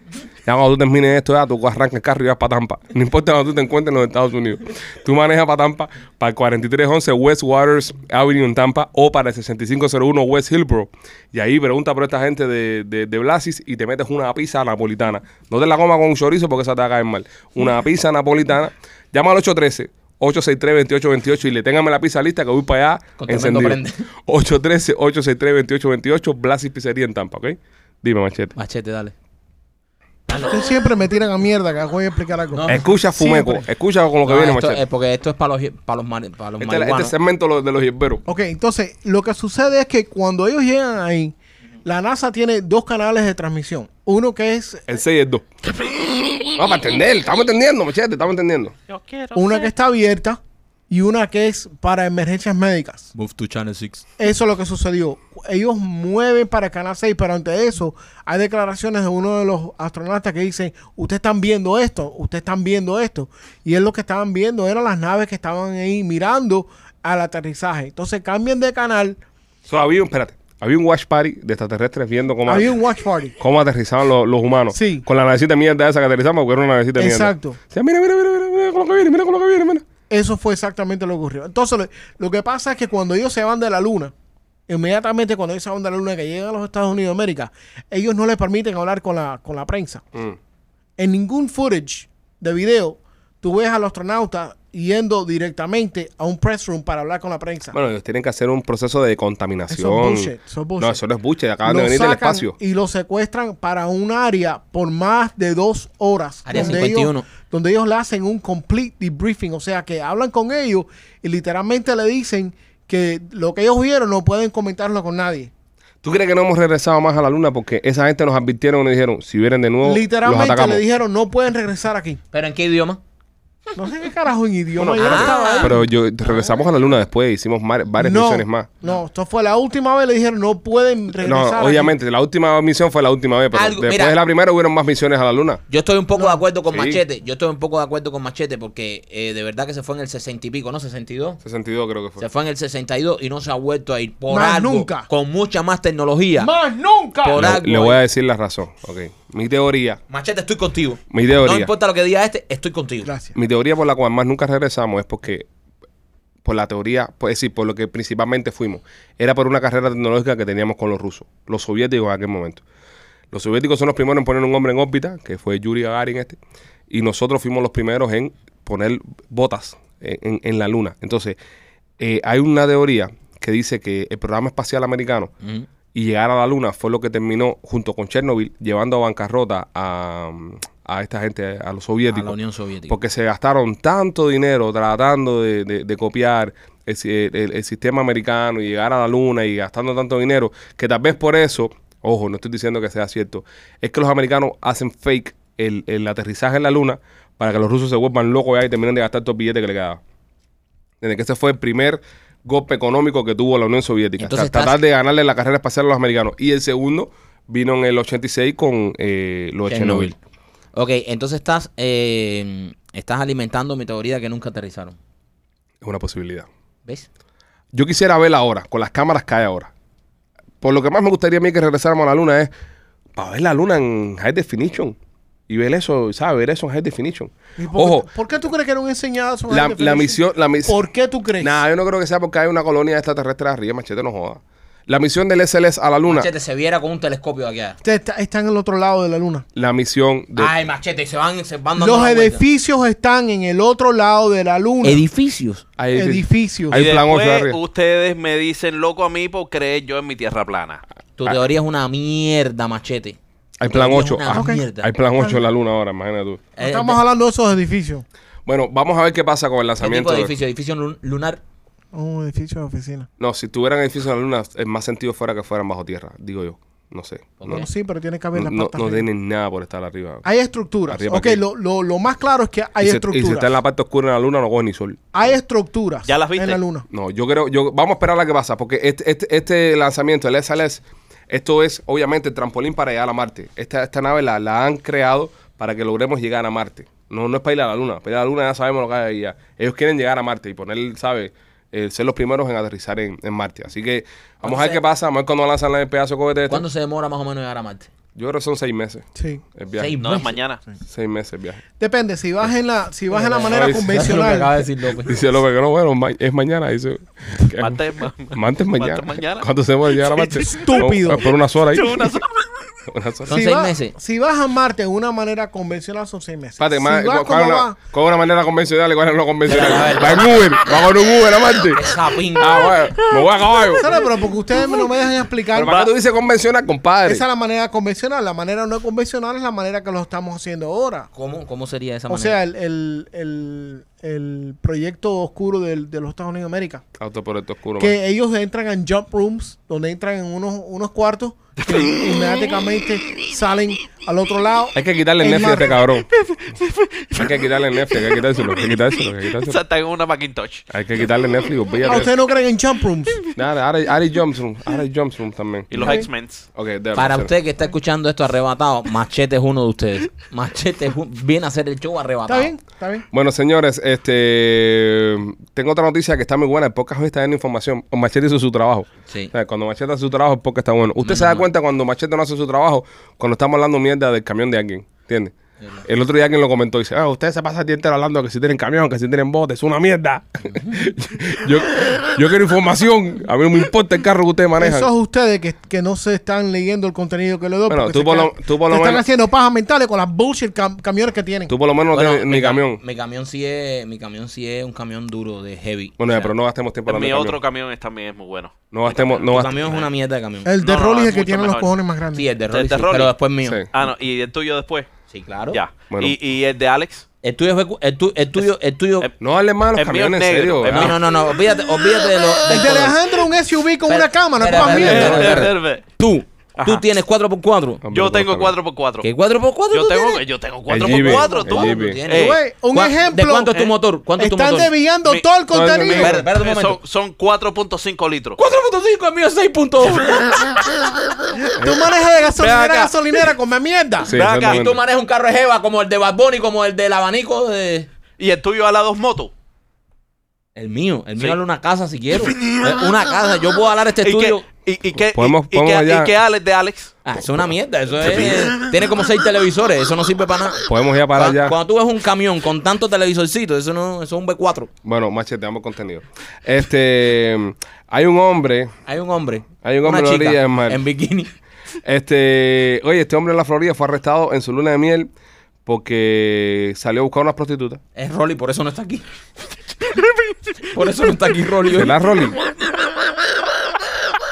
[SPEAKER 1] Ya cuando tú termines esto, ya tú arrancas el carro y vas para Tampa. No importa donde tú te encuentres en los Estados Unidos. Tú manejas para Tampa, para el 4311 West Waters Avenue en Tampa o para el 6501 West Hillbro. Y ahí pregunta por esta gente de, de, de Blasis y te metes una pizza napolitana. No te la comas con un chorizo porque esa te va a caer mal. Una pizza napolitana. Llama al 813. 863-2828 y le téngame la pizza lista que voy para allá.
[SPEAKER 3] Con tremendo
[SPEAKER 1] encendido.
[SPEAKER 3] prende.
[SPEAKER 1] 813-863-2828, Blasis Pizzería en Tampa, ¿ok? Dime, Machete.
[SPEAKER 3] Machete, dale. Ah,
[SPEAKER 4] ustedes siempre me tiran a mierda que voy a explicar algo.
[SPEAKER 3] No.
[SPEAKER 1] Escucha Fumeco,
[SPEAKER 4] Ah. Siempre.
[SPEAKER 1] escucha con lo que
[SPEAKER 3] No,
[SPEAKER 1] viene,
[SPEAKER 3] esto
[SPEAKER 1] Machete.
[SPEAKER 3] es porque esto es para los, para los, mari- para los
[SPEAKER 1] este, es
[SPEAKER 3] marihuanos.
[SPEAKER 1] segmento lo- de los hierberos.
[SPEAKER 4] Ok, entonces lo que sucede es que cuando ellos llegan ahí, la NASA tiene dos canales de transmisión. Uno que es
[SPEAKER 1] El 6 y el 2. Vamos a entender, estamos entendiendo, Machete, estamos entendiendo.
[SPEAKER 4] una que está abierta y una que es para emergencias médicas.
[SPEAKER 3] Move to Channel 6.
[SPEAKER 4] Eso es lo que sucedió. Ellos mueven para Canal 6, pero ante eso hay declaraciones de uno de los astronautas que dicen, ustedes están viendo esto, ustedes están viendo esto. Y él lo que estaban viendo eran las naves que estaban ahí mirando al aterrizaje. Entonces cambian de canal,
[SPEAKER 1] So, había un, espérate, había un watch party de extraterrestres viendo cómo,
[SPEAKER 4] había un watch party.
[SPEAKER 1] cómo aterrizaban los, los humanos.
[SPEAKER 4] Sí.
[SPEAKER 1] Con la navecita mierda esa que aterrizamos, porque era una navecita mierda.
[SPEAKER 4] Exacto.
[SPEAKER 1] Decía, mira, mira, mira, mira, mira con lo que viene, mira con lo que viene, mira.
[SPEAKER 4] Eso fue exactamente lo que ocurrió. Entonces, lo, lo que pasa es que cuando ellos se van de la luna, inmediatamente cuando ellos se van de la luna, que llegan a los Estados Unidos de América, ellos no les permiten hablar con la, con la prensa.
[SPEAKER 1] Mm.
[SPEAKER 4] En ningún footage de video, tú ves al astronauta yendo directamente a un press room para hablar con la prensa.
[SPEAKER 1] Bueno, ellos tienen que hacer un proceso de contaminación.
[SPEAKER 4] Eso es bullshit, eso es bullshit.
[SPEAKER 1] No, eso no es bullshit. Acaban
[SPEAKER 4] Lo
[SPEAKER 1] de venir del
[SPEAKER 4] sacan
[SPEAKER 1] espacio.
[SPEAKER 4] Y lo secuestran para un área por más de dos horas.
[SPEAKER 3] Área
[SPEAKER 4] ellos,
[SPEAKER 3] 51.
[SPEAKER 4] donde ellos le hacen un complete debriefing. O sea, que hablan con ellos y literalmente le dicen que lo que ellos vieron no pueden comentarlo con nadie.
[SPEAKER 1] ¿Tú crees que no hemos regresado más a la luna? Porque esa gente nos advirtieron y nos dijeron, si vienen de nuevo, los
[SPEAKER 4] literalmente
[SPEAKER 1] atacamos.
[SPEAKER 4] le dijeron no pueden regresar aquí.
[SPEAKER 3] ¿Pero en qué idioma?
[SPEAKER 4] No sé qué carajo en idioma.
[SPEAKER 1] Bueno, ah,
[SPEAKER 4] yo no estaba ahí.
[SPEAKER 1] Pero yo, regresamos a la luna después, hicimos mar- varias
[SPEAKER 4] no,
[SPEAKER 1] misiones más.
[SPEAKER 4] No, esto fue la última vez le dijeron no pueden regresar.
[SPEAKER 1] No,
[SPEAKER 4] aquí".
[SPEAKER 1] obviamente, la última misión fue la última vez, pero
[SPEAKER 3] Algo-
[SPEAKER 1] después
[SPEAKER 3] mira.
[SPEAKER 1] de la primera hubieron más misiones a la luna.
[SPEAKER 3] Yo estoy un poco de acuerdo con
[SPEAKER 1] Sí.
[SPEAKER 3] Machete. Yo estoy un poco de acuerdo con Machete porque eh, de verdad que se fue en el 60 y pico, ¿no? 62.
[SPEAKER 1] 62 creo que fue.
[SPEAKER 3] Se fue en el 62 y no se ha vuelto a ir por
[SPEAKER 4] Más
[SPEAKER 3] algo.
[SPEAKER 4] nunca.
[SPEAKER 3] Con mucha más tecnología.
[SPEAKER 4] Más nunca.
[SPEAKER 3] Por
[SPEAKER 1] Le-
[SPEAKER 3] algo,
[SPEAKER 1] le voy a
[SPEAKER 3] eh.
[SPEAKER 1] decir la razón. Ok. Mi teoría,
[SPEAKER 3] Machete, estoy contigo.
[SPEAKER 1] mi
[SPEAKER 3] No
[SPEAKER 1] teoría,
[SPEAKER 3] importa lo que diga este, estoy contigo.
[SPEAKER 4] Gracias.
[SPEAKER 1] mi teoría por la cual más nunca regresamos es porque, por la teoría, pues, es decir, por lo que principalmente fuimos, era por una carrera tecnológica que teníamos con los rusos, los soviéticos en aquel momento. Los soviéticos son los primeros en poner un hombre en órbita, que fue Yuri Gagarin este, y nosotros fuimos los primeros en poner botas en, en- en la luna. Entonces, eh, hay una teoría que dice que el programa espacial americano
[SPEAKER 3] Mm.
[SPEAKER 1] y llegar a la luna fue lo que terminó junto con Chernobyl llevando a bancarrota a, a esta gente, a los
[SPEAKER 3] A
[SPEAKER 1] soviéticos.
[SPEAKER 3] la Unión Soviética.
[SPEAKER 1] Porque se gastaron tanto dinero tratando de, de- de copiar el, si- el- el- el sistema americano y llegar a la luna y gastando tanto dinero que tal vez por eso, ojo, no estoy diciendo que sea cierto, es que los americanos hacen fake el, el aterrizaje en la luna para que los rusos se vuelvan locos ya y terminen de gastar todo el billete que le quedaba. Desde que ese fue el primer golpe económico que tuvo la Unión Soviética.
[SPEAKER 3] Entonces
[SPEAKER 1] Tra- tratar
[SPEAKER 3] estás-
[SPEAKER 1] de ganarle la carrera espacial a los americanos. Y el segundo vino en el 86 con eh, lo de Chernobyl.
[SPEAKER 3] Chernobyl. Ok, entonces estás, eh, estás alimentando mi teoría de que nunca aterrizaron.
[SPEAKER 1] Es una posibilidad.
[SPEAKER 3] ¿Ves?
[SPEAKER 1] Yo quisiera verla ahora, con las cámaras que hay ahora. Por lo que más me gustaría a mí que regresáramos a la luna es para ver la luna en high definition. Y ver eso, ¿sabes? Ver eso en high definition.
[SPEAKER 4] ¿Y por,
[SPEAKER 1] Ojo,
[SPEAKER 4] ¿Por qué tú crees que no han enseñado sobre
[SPEAKER 1] la,
[SPEAKER 4] definición?
[SPEAKER 1] la misión... La mis-
[SPEAKER 4] ¿Por qué tú crees?
[SPEAKER 1] Nah, yo no creo que sea porque hay una colonia extraterrestre arriba, machete, no joda. La misión del SLS a la luna,
[SPEAKER 3] Machete se viera con un telescopio aquí. allá.
[SPEAKER 4] Ustedes está- Están en el otro lado de la luna.
[SPEAKER 1] la misión de...
[SPEAKER 3] Ay, machete, y se van, se van dando
[SPEAKER 4] Los
[SPEAKER 3] la vuelta.
[SPEAKER 4] edificios están en el otro lado de la luna.
[SPEAKER 3] Edificios.
[SPEAKER 1] Ahí-
[SPEAKER 4] edificios.
[SPEAKER 1] Hay
[SPEAKER 5] y
[SPEAKER 1] plan ocho
[SPEAKER 5] después
[SPEAKER 1] arriba.
[SPEAKER 5] ustedes me dicen loco a mí por creer yo en mi tierra plana.
[SPEAKER 3] Tu teoría es una mierda, machete.
[SPEAKER 1] Hay plan
[SPEAKER 3] Teoría es
[SPEAKER 1] 8.
[SPEAKER 3] una
[SPEAKER 1] Ah,
[SPEAKER 3] mierda.
[SPEAKER 1] Hay plan 8 en la luna ahora, imagínate tú.
[SPEAKER 4] No
[SPEAKER 3] Eh,
[SPEAKER 4] Estamos
[SPEAKER 3] de-
[SPEAKER 4] hablando de esos edificios.
[SPEAKER 1] Bueno, vamos a ver qué pasa con el
[SPEAKER 3] ¿Qué tipo
[SPEAKER 1] lanzamiento.
[SPEAKER 3] de
[SPEAKER 1] de-
[SPEAKER 3] edificio? ¿Edificio lun- lunar?
[SPEAKER 4] Un edificio de oficina.
[SPEAKER 1] No, si tuvieran edificios en la luna, es más sentido fuera que fueran bajo tierra, digo yo. No sé.
[SPEAKER 3] Ok.
[SPEAKER 1] No,
[SPEAKER 4] No, sí, pero tiene que haber
[SPEAKER 1] no,
[SPEAKER 4] la
[SPEAKER 1] no-
[SPEAKER 4] parte
[SPEAKER 1] no
[SPEAKER 4] arriba.
[SPEAKER 1] tienen nada por estar arriba.
[SPEAKER 4] Hay estructuras.
[SPEAKER 1] Arriba
[SPEAKER 4] ok,
[SPEAKER 1] aquí.
[SPEAKER 4] lo, lo, lo más claro es que hay
[SPEAKER 1] y, si, y si
[SPEAKER 4] estructuras.
[SPEAKER 1] está en la parte oscura de la luna, no coge ni sol.
[SPEAKER 4] Hay estructuras
[SPEAKER 5] ¿Ya las viste?
[SPEAKER 4] en la luna.
[SPEAKER 1] No, yo creo, yo vamos a esperar a que pasa, porque este, este, este lanzamiento, el SLS, esto es obviamente el trampolín para llegar a Marte. Esta, esta nave la, la han creado para que logremos llegar a Marte. No, no es para ir a la Luna, para ir a la Luna ya sabemos lo que hay ahí ya. Ellos quieren llegar a Marte y poner, ¿sabes? Eh, ser los primeros en aterrizar en, en Marte. Así que vamos a ver
[SPEAKER 3] se-
[SPEAKER 1] qué pasa, vamos a ver cuando lanzan el pedazo de cohete. este.
[SPEAKER 3] ¿Cuándo se demora más o menos llegar a Marte?
[SPEAKER 1] Yo creo que son seis meses
[SPEAKER 4] Sí.
[SPEAKER 1] el viaje.
[SPEAKER 3] Seis
[SPEAKER 1] Seis,
[SPEAKER 5] No es
[SPEAKER 3] meses.
[SPEAKER 5] mañana.
[SPEAKER 1] meses el viaje.
[SPEAKER 4] Depende, si vas en la, si vas en la manera
[SPEAKER 1] Ay, sí.
[SPEAKER 3] Eso es lo que acaba de
[SPEAKER 4] convencional.
[SPEAKER 3] decir López.
[SPEAKER 1] Dice López que no, bueno, ma- es mañana. Dice, que-
[SPEAKER 5] Marte es ma-
[SPEAKER 1] Marte es mañana.
[SPEAKER 5] Marte es mañana.
[SPEAKER 1] ¿Cuánto se va a llegar a Marte?
[SPEAKER 4] Estúpido.
[SPEAKER 1] No, por una sola ahí.
[SPEAKER 5] Una sola-
[SPEAKER 1] Una sola.
[SPEAKER 3] Son
[SPEAKER 4] si,
[SPEAKER 3] seis
[SPEAKER 4] vas-
[SPEAKER 3] meses.
[SPEAKER 4] si vas a Marte en una manera convencional son seis meses.
[SPEAKER 1] Espérate,
[SPEAKER 4] si
[SPEAKER 1] más-
[SPEAKER 4] vas
[SPEAKER 1] ¿cuál,
[SPEAKER 4] como
[SPEAKER 1] es una,
[SPEAKER 4] vas-
[SPEAKER 1] cuál es una manera convencional y cuál es una convencional?
[SPEAKER 3] Espera, a ver.
[SPEAKER 1] Va en Uber, va con un Uber a Marte.
[SPEAKER 3] Esa pinga.
[SPEAKER 1] Ah, bueno, me voy a caballo.
[SPEAKER 4] Sara, pero porque ustedes no me dejan explicar.
[SPEAKER 1] Pero ¿para qué tú dices convencional, compadre?
[SPEAKER 4] Esa es la manera convencional. La manera no convencional es la manera que lo estamos haciendo ahora.
[SPEAKER 3] ¿Cómo, ¿Cómo sería esa
[SPEAKER 4] O
[SPEAKER 3] manera?
[SPEAKER 4] sea, el, el, el- el proyecto oscuro del- de los Estados Unidos de América.
[SPEAKER 1] Auto por esto oscuro. man.
[SPEAKER 4] Que ellos entran en jump rooms, donde entran en unos, unos cuartos que inmediatamente salen al otro lado.
[SPEAKER 1] Hay que quitarle el
[SPEAKER 4] En
[SPEAKER 1] Netflix a este
[SPEAKER 4] Marte.
[SPEAKER 1] cabrón. Hay que quitarle el Netflix, hay que quitárselo, hay que quitárselo, hay que
[SPEAKER 5] O
[SPEAKER 1] quitárselo.
[SPEAKER 5] sea, está en una Macintosh.
[SPEAKER 1] Hay que quitarle el Netflix,
[SPEAKER 4] Ah,
[SPEAKER 1] olvídate.
[SPEAKER 4] ¿Ustedes no creen en jump rooms?
[SPEAKER 1] Nada, ahora hay- ahora hay Jumps Room, ahora hay Jumps Room también.
[SPEAKER 5] Y los X-Men.
[SPEAKER 1] Ok, déjame
[SPEAKER 3] Para
[SPEAKER 1] hacer.
[SPEAKER 3] usted que está escuchando esto arrebatado, Machete es uno de ustedes. Machete es un- viene a hacer el show
[SPEAKER 4] ¿Está
[SPEAKER 3] arrebatado.
[SPEAKER 4] bien? ¿Está bien?
[SPEAKER 1] Bueno, señores, este tengo otra noticia que está muy buena. El podcast hoy está dando información. Machete hizo su trabajo.
[SPEAKER 3] Sí.
[SPEAKER 1] O sea, cuando Machete hace su trabajo, el podcast está bueno. Usted se da cuenta cuando Machete no hace su trabajo, cuando estamos hablando mierda del camión de alguien. ¿Entiendes? El otro día alguien lo comentó y dice, ah, ustedes se pasan el día entero hablando que si tienen camión, que si tienen bote, es una mierda. yo, yo quiero información. A mí no me importa el carro que ustedes manejan.
[SPEAKER 4] Esos ustedes que, que no se están leyendo el contenido que le doy.
[SPEAKER 1] Bueno,
[SPEAKER 4] porque
[SPEAKER 1] tú
[SPEAKER 4] se
[SPEAKER 1] por lo-
[SPEAKER 4] quedan-
[SPEAKER 1] tú por lo
[SPEAKER 4] se están
[SPEAKER 1] menos-
[SPEAKER 4] haciendo pajas mentales con las bullshit cam- camiones que tienen.
[SPEAKER 1] Tú por lo menos no
[SPEAKER 3] Bueno,
[SPEAKER 1] tienes
[SPEAKER 3] mi
[SPEAKER 1] ni
[SPEAKER 3] cam-
[SPEAKER 1] camión.
[SPEAKER 3] Mi camión sí es, mi camión sí es un camión duro de heavy.
[SPEAKER 1] Bueno,
[SPEAKER 3] O
[SPEAKER 1] ya,
[SPEAKER 3] sea,
[SPEAKER 1] pero no gastemos tiempo hablando
[SPEAKER 5] Mi
[SPEAKER 1] de
[SPEAKER 5] otro
[SPEAKER 1] camión.
[SPEAKER 5] camión es- también es muy bueno.
[SPEAKER 1] No gastemos, no
[SPEAKER 3] tu
[SPEAKER 1] gastemos.
[SPEAKER 3] camión es una mierda de camión.
[SPEAKER 4] el de
[SPEAKER 5] No, no,
[SPEAKER 4] Rolly es el
[SPEAKER 5] es
[SPEAKER 4] que
[SPEAKER 5] mucho
[SPEAKER 4] tiene los
[SPEAKER 5] mejor.
[SPEAKER 4] cojones más grandes.
[SPEAKER 3] Sí, el de
[SPEAKER 5] ¿El
[SPEAKER 3] Rolly,
[SPEAKER 5] de
[SPEAKER 3] sí,
[SPEAKER 5] Rolly?
[SPEAKER 3] pero después mío.
[SPEAKER 1] Sí.
[SPEAKER 5] Ah, no, y el tuyo después.
[SPEAKER 3] Sí, claro.
[SPEAKER 5] Ya.
[SPEAKER 1] Bueno.
[SPEAKER 5] Y, y el de Alex. Eh,
[SPEAKER 3] El tuyo es vecu- el tu- el tuyo, el tuyo.
[SPEAKER 5] Es-
[SPEAKER 1] No hable más a los
[SPEAKER 5] El mío es
[SPEAKER 1] camiones, en
[SPEAKER 5] negro,
[SPEAKER 1] serio. Ah,
[SPEAKER 5] el
[SPEAKER 1] ¿verdad?
[SPEAKER 3] no, no, no, no, olvídate, olvídate de lo del
[SPEAKER 4] El de
[SPEAKER 3] color.
[SPEAKER 4] Alejandro un SUV con
[SPEAKER 3] Espera,
[SPEAKER 4] una cama, no
[SPEAKER 3] espera,
[SPEAKER 4] comas
[SPEAKER 3] espera,
[SPEAKER 5] Eh,
[SPEAKER 4] mierda.
[SPEAKER 3] espera. Tú, tú
[SPEAKER 5] Ajá.
[SPEAKER 3] tienes 4x4.
[SPEAKER 1] Hombre,
[SPEAKER 5] Yo
[SPEAKER 1] por
[SPEAKER 5] tengo
[SPEAKER 1] favor.
[SPEAKER 5] 4x4.
[SPEAKER 3] ¿Qué 4x4
[SPEAKER 5] Yo
[SPEAKER 3] tú
[SPEAKER 5] tengo,
[SPEAKER 3] tienes?
[SPEAKER 5] yo
[SPEAKER 1] GB,
[SPEAKER 5] tengo 4x4, tú.
[SPEAKER 1] el GB.
[SPEAKER 5] Eh,
[SPEAKER 4] Güey, un
[SPEAKER 3] ¿Cuá-
[SPEAKER 4] ejemplo.
[SPEAKER 3] ¿De cuánto es tu
[SPEAKER 5] Eh,
[SPEAKER 3] motor? ¿Cuánto es tu
[SPEAKER 4] Están
[SPEAKER 3] motor?
[SPEAKER 4] desviando
[SPEAKER 5] Mi-
[SPEAKER 4] todo el
[SPEAKER 1] todo el
[SPEAKER 4] contenido.
[SPEAKER 1] domingo.
[SPEAKER 3] Espera, espera un
[SPEAKER 5] eh,
[SPEAKER 3] momento.
[SPEAKER 5] son son 4.5 litros.
[SPEAKER 3] 4.5 el mío es 6.1.
[SPEAKER 4] Tú manejas de gasolinera
[SPEAKER 5] Ven
[SPEAKER 4] a
[SPEAKER 5] acá.
[SPEAKER 4] gasolinera, come mierda.
[SPEAKER 1] Sí,
[SPEAKER 5] Ven acá,
[SPEAKER 1] exactamente.
[SPEAKER 3] y tú manejas un carro de Jeva como el de Bad Bunny, como el del abanico de.
[SPEAKER 5] Y el tuyo a la dos motos.
[SPEAKER 3] El mío, el mío
[SPEAKER 5] Sí.
[SPEAKER 3] dale una casa si quiero. Eh, una casa, yo puedo hablar este
[SPEAKER 5] ¿Y
[SPEAKER 3] estudio.
[SPEAKER 5] qué, y, y qué,
[SPEAKER 1] Podemos-
[SPEAKER 5] y, y
[SPEAKER 1] podemos
[SPEAKER 5] qué-
[SPEAKER 1] ya-
[SPEAKER 5] y qué Alex de Alex?
[SPEAKER 3] Ah, eso es una mierda, eso es. tiene como seis televisores, eso no sirve para nada.
[SPEAKER 1] Podemos ya parar
[SPEAKER 3] Cuando,
[SPEAKER 1] ya.
[SPEAKER 3] cuando tú ves un camión con tantos televisorcitos, eso no, eso es un B4.
[SPEAKER 1] Bueno, machete, damos contenido. Este, hay un hombre,
[SPEAKER 3] Hay un hombre.
[SPEAKER 1] Hay un hombre en
[SPEAKER 3] una
[SPEAKER 1] la
[SPEAKER 3] chica
[SPEAKER 1] orilla del mar.
[SPEAKER 3] en bikini.
[SPEAKER 1] este, oye, este hombre en la Florida fue arrestado en su luna de miel porque salió a buscar unas prostitutas.
[SPEAKER 3] Es Rolly, por eso no está aquí. por eso no está aquí Rolly. hoy.
[SPEAKER 1] ¿Verdad, Rolly?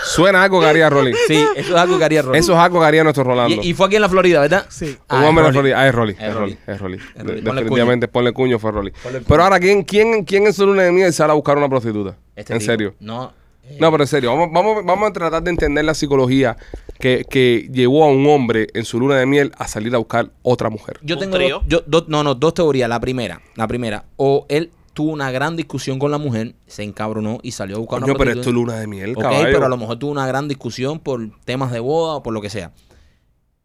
[SPEAKER 1] Suena algo que haría Rolly.
[SPEAKER 3] Sí, eso es algo que haría Rolly.
[SPEAKER 1] Eso es algo que haría nuestro Rolando.
[SPEAKER 3] y, y fue aquí en la Florida, ¿verdad?
[SPEAKER 4] Sí.
[SPEAKER 1] un
[SPEAKER 3] Ah,
[SPEAKER 1] hombre en
[SPEAKER 3] Rolly.
[SPEAKER 1] la Florida. Ah, es Rolly.
[SPEAKER 3] Es
[SPEAKER 1] Es Rolly.
[SPEAKER 3] Rolly.
[SPEAKER 1] Es Rolly.
[SPEAKER 3] Es Rolly.
[SPEAKER 1] De-
[SPEAKER 3] Ponle
[SPEAKER 1] Definitivamente, ponle cuño, fue Rolly. Pero ahora, ¿quién, quién, ¿quién en su luna de miel sale a buscar una prostituta?
[SPEAKER 3] Este
[SPEAKER 1] en
[SPEAKER 3] tipo.
[SPEAKER 1] serio.
[SPEAKER 3] No.
[SPEAKER 1] No, pero en serio, vamos, vamos, vamos a tratar de entender la psicología que, que llevó a un hombre en su luna de miel a salir a buscar otra mujer.
[SPEAKER 3] Yo
[SPEAKER 5] ¿Un
[SPEAKER 3] tengo
[SPEAKER 5] trío?
[SPEAKER 3] dos, yo- dos- no, no, dos teorías. La primera, la primera, o él tuvo una gran discusión con la mujer, se encabronó y salió a buscar una
[SPEAKER 1] Coño, pero es
[SPEAKER 3] prostituta.
[SPEAKER 1] tu luna de miel,
[SPEAKER 3] Ok,
[SPEAKER 1] caballo.
[SPEAKER 3] pero a lo mejor tuvo una gran discusión por temas de boda o por lo que sea.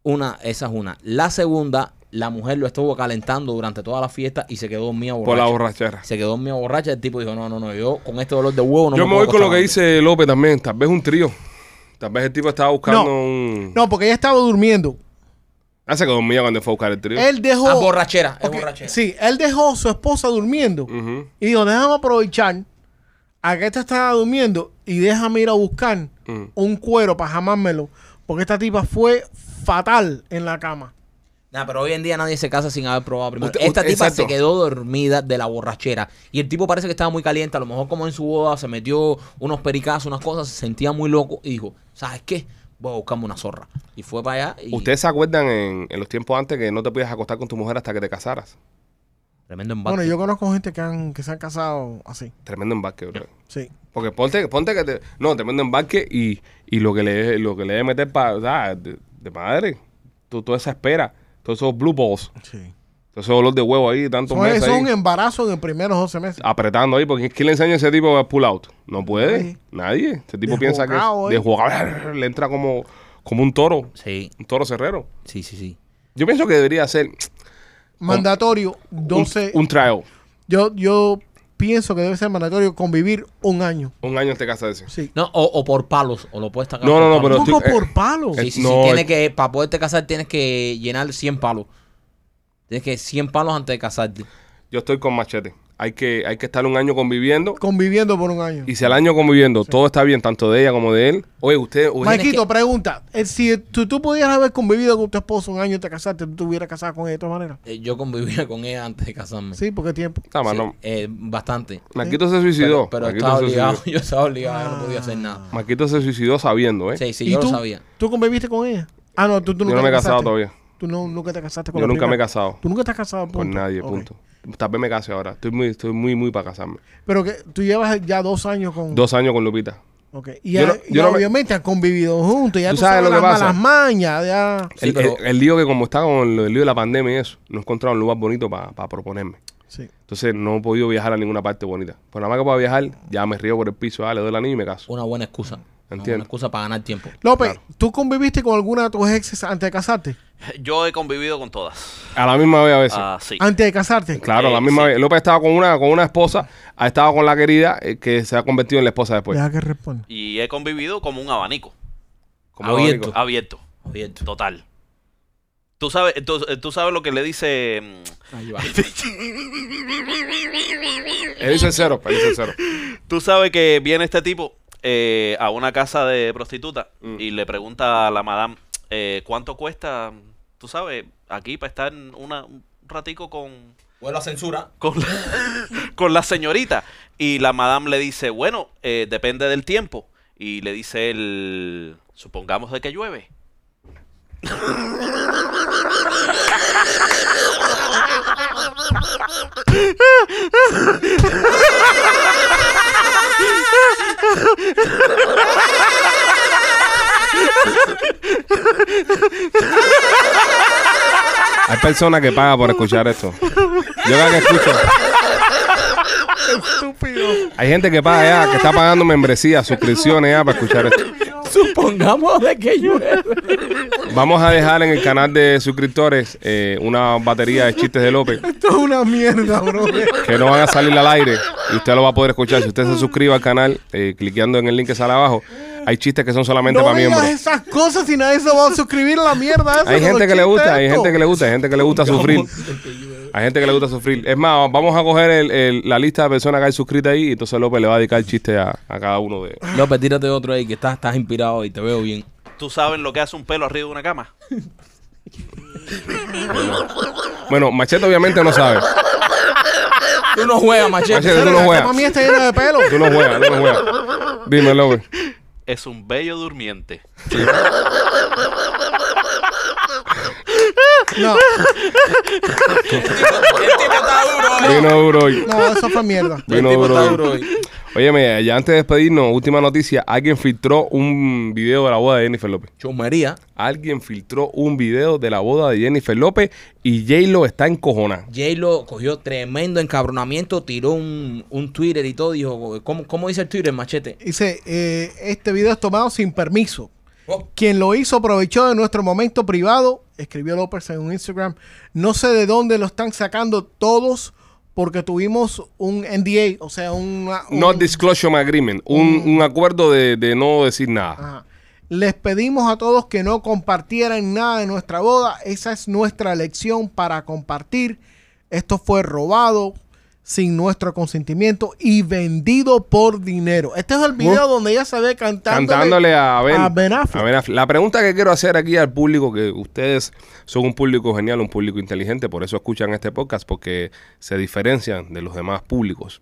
[SPEAKER 3] Una, esa es una. La segunda, la mujer lo estuvo calentando durante toda la fiesta y se quedó dormida borracha.
[SPEAKER 1] Por la borrachera.
[SPEAKER 3] Se quedó dormida borracha. El tipo dijo, no, no, no, yo con este dolor de huevo no
[SPEAKER 1] Yo me
[SPEAKER 3] puedo
[SPEAKER 1] voy con lo
[SPEAKER 3] acostar
[SPEAKER 1] que
[SPEAKER 3] a
[SPEAKER 1] dice López también. Tal vez un trío. Tal vez el tipo estaba buscando
[SPEAKER 4] No.
[SPEAKER 1] un... Ah,
[SPEAKER 4] No, porque ella estaba durmiendo.
[SPEAKER 1] Hace que dormía cuando fue a buscar el trío.
[SPEAKER 4] Él
[SPEAKER 3] dormir". Ah,
[SPEAKER 4] dejó.
[SPEAKER 3] borrachera, es
[SPEAKER 4] Ok,
[SPEAKER 3] borrachera.
[SPEAKER 4] Sí, él dejó su esposa durmiendo.
[SPEAKER 1] Ujú,
[SPEAKER 4] Y dijo, déjame aprovechar a que esta estaba durmiendo y déjame ir a buscar
[SPEAKER 1] ujú.
[SPEAKER 4] un cuero para jamármelo. Porque esta tipa fue fatal en la cama.
[SPEAKER 3] Nah, pero hoy en día nadie se casa sin haber probado primero.
[SPEAKER 1] Usted-
[SPEAKER 3] Esta
[SPEAKER 1] usted-
[SPEAKER 3] tipa
[SPEAKER 1] exacto.
[SPEAKER 3] se quedó dormida de la borrachera. Y el tipo parece que estaba muy caliente. A lo mejor como en su boda se metió unos pericazos, unas cosas, se sentía muy loco. Y dijo, ¿sabes qué? Voy a buscarme una zorra. Y fue para allá y...
[SPEAKER 1] Ustedes se acuerdan en, en los tiempos antes que no te podías acostar con tu mujer hasta que te casaras.
[SPEAKER 3] Tremendo embate.
[SPEAKER 4] Bueno, yo conozco gente que, han, que se han casado así.
[SPEAKER 1] Tremendo embarque, bro.
[SPEAKER 4] Sí.
[SPEAKER 1] Porque ponte, ponte que te. No, tremendo embarque y, y lo que le lo que le debe meter para. de, de madre. To- toda esa espera. Todos esos blue balls.
[SPEAKER 4] sí.
[SPEAKER 1] Todo ese olor de huevo ahí, tantos
[SPEAKER 4] Eso es
[SPEAKER 1] meses
[SPEAKER 4] eso es
[SPEAKER 1] ahí. Ah,
[SPEAKER 4] un em- embarazo en los primeros 12 meses.
[SPEAKER 1] Apretando ahí, porque ¿quién le enseña a ese tipo a pull out? No puede,
[SPEAKER 4] Nadie.
[SPEAKER 1] nadie. Ese tipo piensa que
[SPEAKER 4] Desbocado,
[SPEAKER 1] es-
[SPEAKER 4] ¿eh?
[SPEAKER 1] desbocado, le entra como, como un toro,
[SPEAKER 3] Sí,
[SPEAKER 1] un toro cerrero.
[SPEAKER 3] sí, sí, sí.
[SPEAKER 1] Yo pienso que debería ser un-
[SPEAKER 4] Mandatorio, 12.
[SPEAKER 1] un, trial,
[SPEAKER 4] Yo, yo pienso que debe ser mandatorio convivir un año.
[SPEAKER 1] un año en este caso de ese.
[SPEAKER 4] Sí.
[SPEAKER 3] No, o, o por palos, o lo puedes sacar
[SPEAKER 1] No,
[SPEAKER 3] por
[SPEAKER 1] no, no,
[SPEAKER 3] palos.
[SPEAKER 1] pero-
[SPEAKER 4] Poco
[SPEAKER 1] estoy- eh,
[SPEAKER 4] por palo.
[SPEAKER 1] eh,
[SPEAKER 3] Sí, sí,
[SPEAKER 1] no,
[SPEAKER 3] sí. Tienes
[SPEAKER 1] es-
[SPEAKER 3] que, para poderte casar tienes que llenar 100 palos. Tienes que 100 palos antes de casarte.
[SPEAKER 1] Yo estoy con machete. Hay que, hay que estar un año conviviendo.
[SPEAKER 4] Conviviendo por un año.
[SPEAKER 1] Y si al año conviviendo todo está bien, tanto de ella como de él. Oye, usted. oye,
[SPEAKER 4] Maikito, pregunta. eh, Si tú, tú pudieras haber convivido con tu esposo un año y te casaste, ¿tú te hubieras casado con él de todas maneras?
[SPEAKER 3] Eh, Yo convivía con ella antes de
[SPEAKER 1] Mm.
[SPEAKER 3] casarme.
[SPEAKER 4] Sí, porque tiempo.
[SPEAKER 1] está mal,
[SPEAKER 3] Sí,
[SPEAKER 1] no.
[SPEAKER 3] eh, bastante.
[SPEAKER 1] Marquito se suicidó.
[SPEAKER 3] Pero, pero
[SPEAKER 1] Marquito
[SPEAKER 3] estaba
[SPEAKER 1] se
[SPEAKER 3] obligado,
[SPEAKER 1] suicidó.
[SPEAKER 3] yo estaba obligado, yo no podía hacer nada.
[SPEAKER 1] Marquito se suicidó sabiendo, ¿eh?
[SPEAKER 3] Sí, sí,
[SPEAKER 4] Ah. ¿Y
[SPEAKER 3] yo
[SPEAKER 4] tú?
[SPEAKER 3] lo sabía.
[SPEAKER 4] ¿Tú conviviste con ella? Ah, no, tú, tú
[SPEAKER 1] Yo
[SPEAKER 4] nunca
[SPEAKER 1] no me he
[SPEAKER 4] te
[SPEAKER 1] casado
[SPEAKER 4] casaste.
[SPEAKER 1] todavía.
[SPEAKER 4] Tú no- nunca te casaste con
[SPEAKER 1] Yo
[SPEAKER 4] la
[SPEAKER 1] nunca
[SPEAKER 4] primera.
[SPEAKER 1] me he casado
[SPEAKER 4] Tú nunca estás casado punto.
[SPEAKER 1] con nadie,
[SPEAKER 4] Ok.
[SPEAKER 1] punto. Tal vez me case ahora. Estoy muy, estoy muy, muy para casarme.
[SPEAKER 4] Pero que tú llevas ya dos años con.
[SPEAKER 1] Dos años con Lupita.
[SPEAKER 4] Ok. Y,
[SPEAKER 1] Yo
[SPEAKER 4] ya-
[SPEAKER 1] no-
[SPEAKER 4] y
[SPEAKER 1] yo no me-
[SPEAKER 4] obviamente han convivido juntos. Ya tú, sabes, lo
[SPEAKER 1] que
[SPEAKER 4] las
[SPEAKER 1] pasa.
[SPEAKER 4] malas mañas. Ya.
[SPEAKER 3] Sí,
[SPEAKER 1] el,
[SPEAKER 3] pero-
[SPEAKER 1] el- el lío que como está con el lío de la pandemia y eso, no he encontrado un lugar bonito para proponerme.
[SPEAKER 4] Sí.
[SPEAKER 1] Entonces no he podido viajar a ninguna parte bonita. Pues nada más que pueda viajar, ya me río por el piso, ah, le doy el anillo y me caso.
[SPEAKER 3] Una buena excusa. Una
[SPEAKER 1] Entiendo.
[SPEAKER 3] buena excusa para ganar tiempo.
[SPEAKER 4] López, ¿tú conviviste con alguna de tus exes antes de casarte?
[SPEAKER 5] Yo he convivido con todas.
[SPEAKER 1] A la misma vez a veces.
[SPEAKER 5] Ah, sí.
[SPEAKER 4] Antes de casarte.
[SPEAKER 1] Claro, a la
[SPEAKER 5] Eh,
[SPEAKER 1] misma
[SPEAKER 5] sí.
[SPEAKER 1] vez. López estaba con una, con una esposa, ha estado con la querida eh, que se ha convertido en la esposa después.
[SPEAKER 4] Deja que responda.
[SPEAKER 5] Y he convivido como un abanico.
[SPEAKER 1] Como
[SPEAKER 3] Abierto.
[SPEAKER 1] abanico.
[SPEAKER 5] Abierto.
[SPEAKER 3] Abierto.
[SPEAKER 5] Total. Tú sabes, tú, tú sabes lo que le dice. mm,
[SPEAKER 3] Ahí va.
[SPEAKER 1] Él
[SPEAKER 3] eh,
[SPEAKER 1] hizo el cero, él hizo el cero.
[SPEAKER 5] Tú sabes que viene este tipo eh, a una casa de prostituta
[SPEAKER 1] Mm.
[SPEAKER 5] y le pregunta a la madame eh, cuánto cuesta, tú sabes, aquí para estar una- un ratico con,
[SPEAKER 3] Vuelvo a censura.
[SPEAKER 5] con, la, con la señorita. Y la madame le dice, bueno, eh, depende del tiempo. Y le dice él, supongamos de que llueve.
[SPEAKER 1] Hay personas que pagan por escuchar esto. Yo cada que escucho. Hay gente que paga ya, que está pagando membresía, suscripciones ya para escuchar esto.
[SPEAKER 3] Supongamos de que llueve.
[SPEAKER 1] Vamos a dejar en el canal de suscriptores eh, una batería de chistes de López
[SPEAKER 4] Esto es una mierda, bro.
[SPEAKER 1] que no van a salir al aire y usted lo va a poder escuchar. Si usted se suscribe al canal, eh, cliqueando en el link que sale abajo, hay chistes que son solamente
[SPEAKER 4] No
[SPEAKER 1] para miembros.
[SPEAKER 4] digas esas cosas si nadie se va a suscribir a la mierda esa.
[SPEAKER 1] Hay gente que le gusta, hay gente que
[SPEAKER 4] le
[SPEAKER 1] le gusta, hay gente que le gusta sufrir. Hay gente que le gusta sufrir. Es más, vamos a coger el- el- la lista de personas que hay suscritas ahí y entonces López le va a dedicar chiste a, a cada uno de ellos.
[SPEAKER 3] López, tírate otro ahí que estás, estás inspirado y te veo bien.
[SPEAKER 5] ¿Tú sabes lo que hace un pelo arriba de una cama?
[SPEAKER 1] Bueno, Machete obviamente no sabe.
[SPEAKER 3] Tú no juegas, machete.
[SPEAKER 1] Machete, tú no
[SPEAKER 4] La
[SPEAKER 1] juegas.
[SPEAKER 4] cama mía está llena de pelo.
[SPEAKER 1] Tú no juegas, tú no juegas. Dime, López.
[SPEAKER 5] Es un bello durmiente.
[SPEAKER 4] No,
[SPEAKER 1] Vino duro hoy.
[SPEAKER 4] no, eso fue mierda.
[SPEAKER 1] Vino duro hoy. Óyeme, ya antes de despedirnos, última noticia. Alguien filtró un video de la boda de Jennifer López.
[SPEAKER 3] Chumería.
[SPEAKER 1] Alguien filtró un video de la boda de Jennifer López y J-Lo está encojonada.
[SPEAKER 3] J-Lo cogió tremendo encabronamiento, tiró un, un Twitter y todo. Dijo, ¿cómo, cómo dice el Twitter, machete?
[SPEAKER 4] Dice, eh, este video es tomado sin permiso. Quien lo hizo aprovechó de nuestro momento privado, escribió López en un Instagram. No sé de dónde lo están sacando todos porque tuvimos un NDA, o sea, una- un...
[SPEAKER 1] No disclosure agreement, un, un acuerdo de, de no decir nada.
[SPEAKER 4] Ajá. Les pedimos a todos que no compartieran nada de nuestra boda. Esa es nuestra lección para compartir. Esto fue robado sin nuestro consentimiento y vendido por dinero. Este es el video donde ella se ve cantándole,
[SPEAKER 1] Cantándole a Ben,
[SPEAKER 4] a Ben Affleck.
[SPEAKER 1] a Ben Affleck. La pregunta que quiero hacer aquí al público, que ustedes son un público genial, un público inteligente, por eso escuchan este podcast, porque se diferencian de los demás públicos.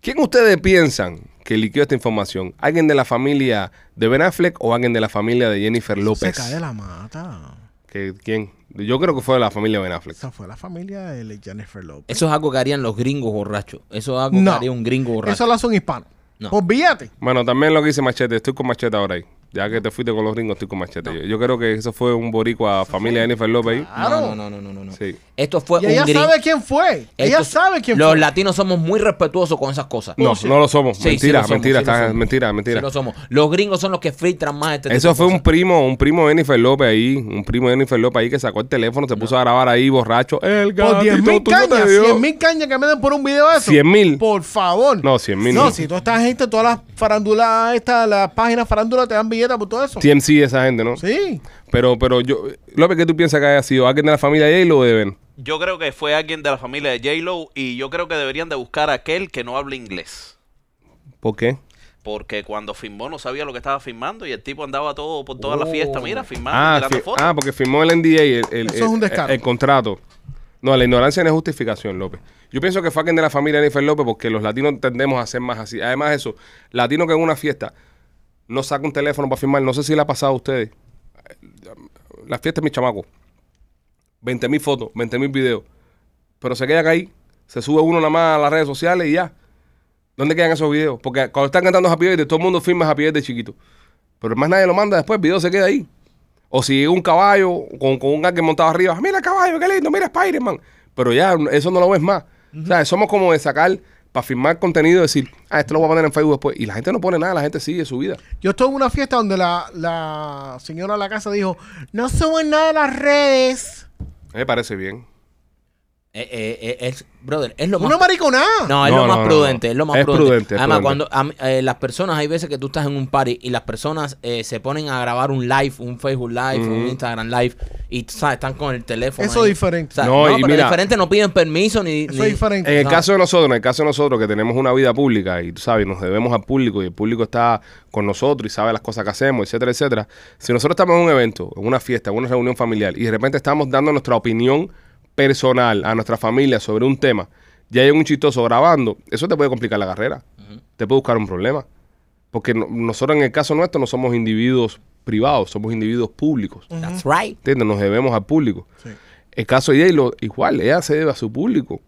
[SPEAKER 1] ¿Quién ustedes piensan que liqueó esta información? ¿Alguien de la familia de Ben Affleck o alguien de la familia de Jennifer
[SPEAKER 4] Se
[SPEAKER 1] López?
[SPEAKER 4] cae de la mata.
[SPEAKER 1] ¿Que- ¿Quién? Yo creo que fue de la familia Ben Affleck.
[SPEAKER 4] Esa fue la familia de Jennifer López.
[SPEAKER 3] Eso es algo que harían los gringos borrachos. Eso es algo
[SPEAKER 4] No.
[SPEAKER 3] que haría un gringo borracho.
[SPEAKER 4] Eso lo hace un hispano. Pues
[SPEAKER 3] No.
[SPEAKER 4] Olvídate.
[SPEAKER 1] Bueno, también lo que dice Machete, estoy con Machete ahora ahí. Ya que te fuiste con los gringos, estoy con Machete. Yo, yo creo que eso fue un boricua familia Jennifer López ahí.
[SPEAKER 4] Claro.
[SPEAKER 3] No, no, no, no, no, no.
[SPEAKER 1] Sí.
[SPEAKER 3] Esto fue
[SPEAKER 4] Y
[SPEAKER 3] un
[SPEAKER 4] ella
[SPEAKER 3] gringo.
[SPEAKER 4] sabe quién fue. ella
[SPEAKER 3] Estos-
[SPEAKER 4] sabe quién
[SPEAKER 3] Los
[SPEAKER 4] fue.
[SPEAKER 3] latinos somos muy respetuosos con esas cosas.
[SPEAKER 1] No, no lo somos.
[SPEAKER 3] Oh, Sí, sí
[SPEAKER 1] mentira,
[SPEAKER 3] lo somos,
[SPEAKER 1] mentira,
[SPEAKER 3] sí lo
[SPEAKER 1] está-
[SPEAKER 3] somos.
[SPEAKER 1] mentira,
[SPEAKER 3] Sí
[SPEAKER 1] mentira.
[SPEAKER 3] lo somos. Los gringos son los que filtran más este tipo
[SPEAKER 1] Eso
[SPEAKER 3] de
[SPEAKER 1] fue un
[SPEAKER 3] cosas.
[SPEAKER 1] primo, un primo de Jennifer López ahí, un primo de Jennifer López ahí que sacó el teléfono, se puso a grabar ahí borracho. El
[SPEAKER 4] Por 10 mil
[SPEAKER 1] gatito, tú no te
[SPEAKER 4] cañas,
[SPEAKER 1] dio.
[SPEAKER 4] 100 mil cañas que me den por un video de eso.
[SPEAKER 1] 100.000.
[SPEAKER 4] Por favor.
[SPEAKER 1] No, 100.000
[SPEAKER 4] No,
[SPEAKER 1] no.
[SPEAKER 4] si toda esta gente, todas las farándulas, estas, las páginas farándulas te dan billetes por todo eso.
[SPEAKER 1] TMC esa gente, ¿no?
[SPEAKER 4] Sí.
[SPEAKER 1] Pero, pero yo, López, ¿qué tú piensas que haya sido? ¿Alguien de la familia de él o de Ben?
[SPEAKER 5] Yo creo que fue alguien de la familia de J-Lo y yo creo que deberían de buscar a aquel que no hable inglés.
[SPEAKER 1] ¿Por qué?
[SPEAKER 5] Porque cuando firmó no sabía lo que estaba firmando y el tipo andaba todo por toda la
[SPEAKER 3] Oh.
[SPEAKER 5] fiesta, mira, firmando,
[SPEAKER 1] Ah,
[SPEAKER 5] tirando
[SPEAKER 1] fi-
[SPEAKER 5] fotos.
[SPEAKER 1] ah, porque firmó el NDA, el, el-
[SPEAKER 4] Eso es un
[SPEAKER 1] el-
[SPEAKER 4] descaro.
[SPEAKER 1] el contrato. No, la ignorancia no es justificación, López. Yo pienso que fue alguien de la familia de Jennifer López porque los latinos tendemos a ser más así. Además de eso, latino que en una fiesta no saca un teléfono para firmar. No sé si le ha pasado a ustedes. La fiesta es mi chamaco. 20 mil fotos, 20 mil videos. Pero se queda ahí. Se sube uno nada más a las redes sociales y ya. ¿Dónde quedan esos videos? Porque cuando están cantando Happy Birthday, todo el mundo firma Happy Birthday chiquito. Pero más nadie lo manda después, el video se queda ahí. O si un caballo con, con un ángel montado arriba, mira el caballo, qué lindo, mira Spider-Man. Pero ya, eso no lo ves más. O sea, somos como de sacar, para firmar contenido, decir, ah, esto lo voy a poner en Facebook después. Y la gente no pone nada, la gente sigue su vida.
[SPEAKER 4] Yo estuve en una fiesta donde la, la señora de la casa dijo, no suben nada de las redes.
[SPEAKER 1] A mí Me parece bien.
[SPEAKER 3] Eh, eh, eh, es, brother, es lo más...
[SPEAKER 4] Una mariconada.
[SPEAKER 3] No, es
[SPEAKER 1] No,
[SPEAKER 3] lo más
[SPEAKER 1] no, no.
[SPEAKER 3] prudente, es lo más
[SPEAKER 1] Es
[SPEAKER 3] prudente.
[SPEAKER 1] prudente, es
[SPEAKER 3] Además,
[SPEAKER 1] prudente.
[SPEAKER 3] cuando am- eh, las personas, hay veces que tú estás en un party y las personas eh, se ponen a grabar un live, un Facebook Live, un Instagram Live, y tú sabes, están con el teléfono.
[SPEAKER 4] Eso
[SPEAKER 3] ahí.
[SPEAKER 4] es diferente.
[SPEAKER 3] O sea,
[SPEAKER 1] No,
[SPEAKER 3] no,
[SPEAKER 1] y
[SPEAKER 3] pero
[SPEAKER 1] mira-
[SPEAKER 3] diferente no piden permiso ni.
[SPEAKER 4] Eso
[SPEAKER 3] ni-
[SPEAKER 4] es diferente.
[SPEAKER 1] En el
[SPEAKER 3] No.
[SPEAKER 1] caso de nosotros, en el caso de nosotros que tenemos una vida pública y tú sabes, nos debemos al público y el público está con nosotros y sabe las cosas que hacemos, etcétera, etcétera. Si nosotros estamos en un evento, en una fiesta, en una reunión familiar y de repente estamos dando nuestra opinión personal a nuestra familia sobre un tema y hay un chistoso grabando, eso te puede complicar la carrera, te puede buscar un problema. Porque no- nosotros en el caso nuestro no somos individuos privados, somos individuos públicos.
[SPEAKER 3] That's right.
[SPEAKER 1] ¿Entiendes? Nos debemos al público. El caso de J-Lo, igual, ella se debe a su público.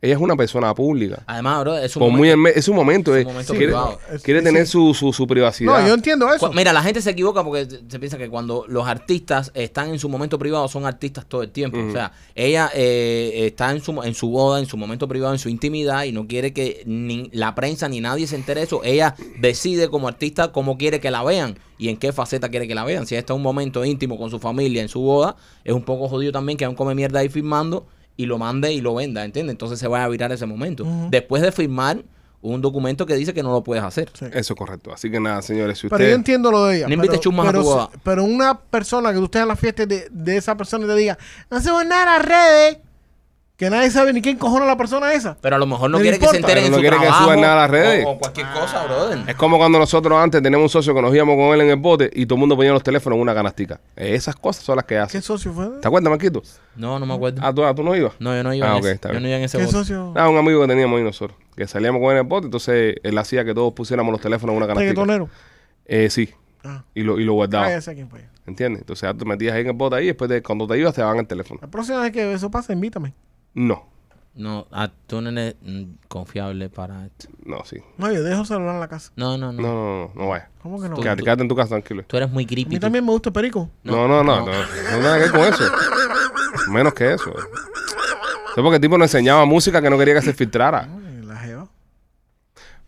[SPEAKER 1] Ella es una persona pública.
[SPEAKER 3] Además, bro, es un
[SPEAKER 1] Por
[SPEAKER 3] momento-
[SPEAKER 1] Pues muy enme- es un momento,
[SPEAKER 3] es
[SPEAKER 1] es
[SPEAKER 3] un momento
[SPEAKER 1] quiere,
[SPEAKER 3] privado.
[SPEAKER 1] quiere
[SPEAKER 4] Sí,
[SPEAKER 1] tener
[SPEAKER 4] sí.
[SPEAKER 1] su, su, su privacidad.
[SPEAKER 4] No, yo entiendo eso.
[SPEAKER 3] Cu- Mira, la gente se equivoca porque se se piensa que cuando los artistas están en su momento privado son artistas todo el tiempo. O sea, ella eh, está en su, mo- en su boda, en su momento privado, en su intimidad y no quiere que ni la prensa ni nadie se entere de eso. Ella decide como artista cómo quiere que la vean y en qué faceta quiere que la vean. Si ella está en un momento íntimo con su familia, en su boda, es un poco jodido también que aún come mierda ahí firmando y lo mande y lo venda, ¿entiendes? Entonces se va a virar ese momento. Después de firmar un documento que dice que no lo puedes hacer.
[SPEAKER 1] Eso es correcto. Así que nada, señores, si
[SPEAKER 4] Pero yo
[SPEAKER 1] usted...
[SPEAKER 4] entiendo lo de ella.
[SPEAKER 3] No invites
[SPEAKER 4] pero-
[SPEAKER 3] chumas a
[SPEAKER 4] pero
[SPEAKER 3] tu
[SPEAKER 4] si-
[SPEAKER 3] boda.
[SPEAKER 4] Pero una persona que tú estés en la fiesta de, de esa persona y te diga, no suben nada a las redes, que nadie sabe ni quién cojona la persona esa.
[SPEAKER 3] Pero a lo mejor no
[SPEAKER 4] No le
[SPEAKER 3] quiere que se
[SPEAKER 4] importa.
[SPEAKER 3] enteren
[SPEAKER 1] Pero
[SPEAKER 3] en
[SPEAKER 1] no
[SPEAKER 3] su
[SPEAKER 1] quiere que
[SPEAKER 3] trabajo
[SPEAKER 1] suban nada a las redes.
[SPEAKER 3] O, o cualquier
[SPEAKER 4] Ah.
[SPEAKER 3] cosa, brother.
[SPEAKER 1] Es como cuando nosotros antes teníamos un socio que nos íbamos con él en el bote y todo el mundo ponía los teléfonos en una canastica. Esas cosas son las que
[SPEAKER 4] ¿Qué
[SPEAKER 1] hacen.
[SPEAKER 4] socio fue?
[SPEAKER 1] ¿Te acuerdas, Marquito?
[SPEAKER 3] No, no me acuerdo.
[SPEAKER 1] Ah, tú, ah, ¿tú no ibas.
[SPEAKER 3] No, yo no iba
[SPEAKER 1] Ah,
[SPEAKER 3] en
[SPEAKER 1] ok,
[SPEAKER 3] ese-
[SPEAKER 1] está
[SPEAKER 3] Yo
[SPEAKER 1] bien.
[SPEAKER 3] no iba en ese
[SPEAKER 4] ¿Qué
[SPEAKER 3] bote.
[SPEAKER 4] socio?
[SPEAKER 1] Ah, un amigo que teníamos ahí nosotros, que salíamos con él en el bote, entonces él hacía que todos pusiéramos los teléfonos en una canastica.
[SPEAKER 4] Reggaetonero.
[SPEAKER 1] Eh, sí,
[SPEAKER 4] Ah,
[SPEAKER 1] y lo, y lo guardaba.
[SPEAKER 4] ah, ya sé quién fue.
[SPEAKER 1] ¿Entiendes? Entonces ya tú metías ahí en el bote ahí y después de, cuando te ibas te daban el teléfono.
[SPEAKER 4] La próxima vez que eso pase, invítame.
[SPEAKER 1] No,
[SPEAKER 3] No, ah, tú no eres mm, confiable para esto.
[SPEAKER 1] no, sí.
[SPEAKER 4] No, yo dejo el celular en la casa.
[SPEAKER 3] No, no,
[SPEAKER 1] No,
[SPEAKER 3] no.
[SPEAKER 1] no, no, no vayas.
[SPEAKER 4] ¿Cómo que no?
[SPEAKER 1] Quédate, quédate en tu casa tranquilo.
[SPEAKER 3] Tú eres muy
[SPEAKER 4] A
[SPEAKER 3] creepy.
[SPEAKER 4] mí
[SPEAKER 3] tú.
[SPEAKER 4] también me gusta el perico.
[SPEAKER 1] No, no, no, no, no, tiene nada que ver con eso. Menos que eso. Es porque el tipo nos enseñaba música que no quería que se filtrara.
[SPEAKER 4] Ay, La jeva.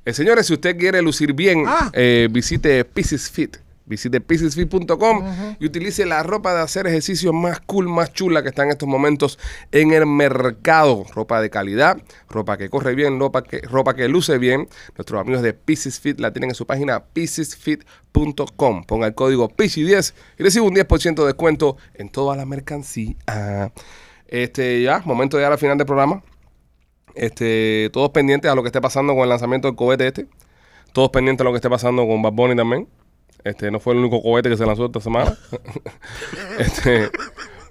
[SPEAKER 1] Eh, señores, si usted quiere lucir bien,
[SPEAKER 4] Ah.
[SPEAKER 1] eh, visite Pieces Fit. Visite piecesfit.com y utilice la ropa de hacer ejercicio más cool, más chula que está en estos momentos en el mercado. Ropa de calidad, ropa que corre bien, ropa que, ropa que luce bien. Nuestros amigos de Pieces Fit la tienen en su página piecesfit.com. Ponga el código PICI10 y recibe un 10% de descuento en toda la mercancía. Este, ya, momento de llegar al final del programa. Este, todos pendientes a lo que esté pasando con el lanzamiento del cohete este. Todos pendientes a lo que esté pasando con Bad Bunny también. Este, no fue el único cohete que se lanzó esta semana. este,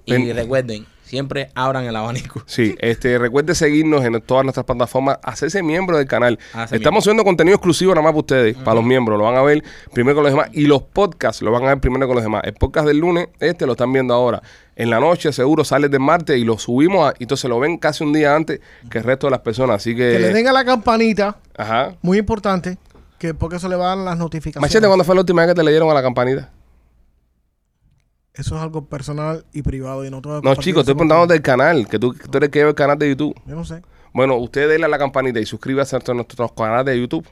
[SPEAKER 3] Y recuerden, siempre abran el abanico.
[SPEAKER 1] sí, este, recuerde seguirnos en todas nuestras plataformas, hacerse miembro del canal.
[SPEAKER 3] Hace
[SPEAKER 1] Estamos subiendo contenido exclusivo nada más para ustedes, para los miembros. Lo van a ver primero con los demás y los podcasts lo van a ver primero con los demás. El podcast del lunes, este lo están viendo ahora. En la noche seguro sale del martes y lo subimos a- y entonces lo ven casi un día antes que el resto de las personas. Así que...
[SPEAKER 4] Que le den a la campanita,
[SPEAKER 1] Ajá.
[SPEAKER 4] muy importante, que porque eso le va a dar las notificaciones.
[SPEAKER 1] Machete, ¿cuándo fue la última vez que te le dieron a la campanita?
[SPEAKER 4] Eso es algo personal y privado y no todo.
[SPEAKER 1] No, chicos, estoy preguntando del canal, que tú, que tú eres que lleva el canal de YouTube.
[SPEAKER 4] Yo no sé.
[SPEAKER 1] Bueno, usted déle a la campanita y suscríbase a nuestros canales de YouTube.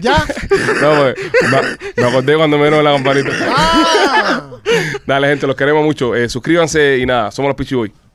[SPEAKER 4] Ya.
[SPEAKER 1] No, pues, me, me acordé cuando me dieron la campanita.
[SPEAKER 4] Ah.
[SPEAKER 1] Dale, gente, los queremos mucho. Eh, suscríbanse y nada, somos los Pichiboy.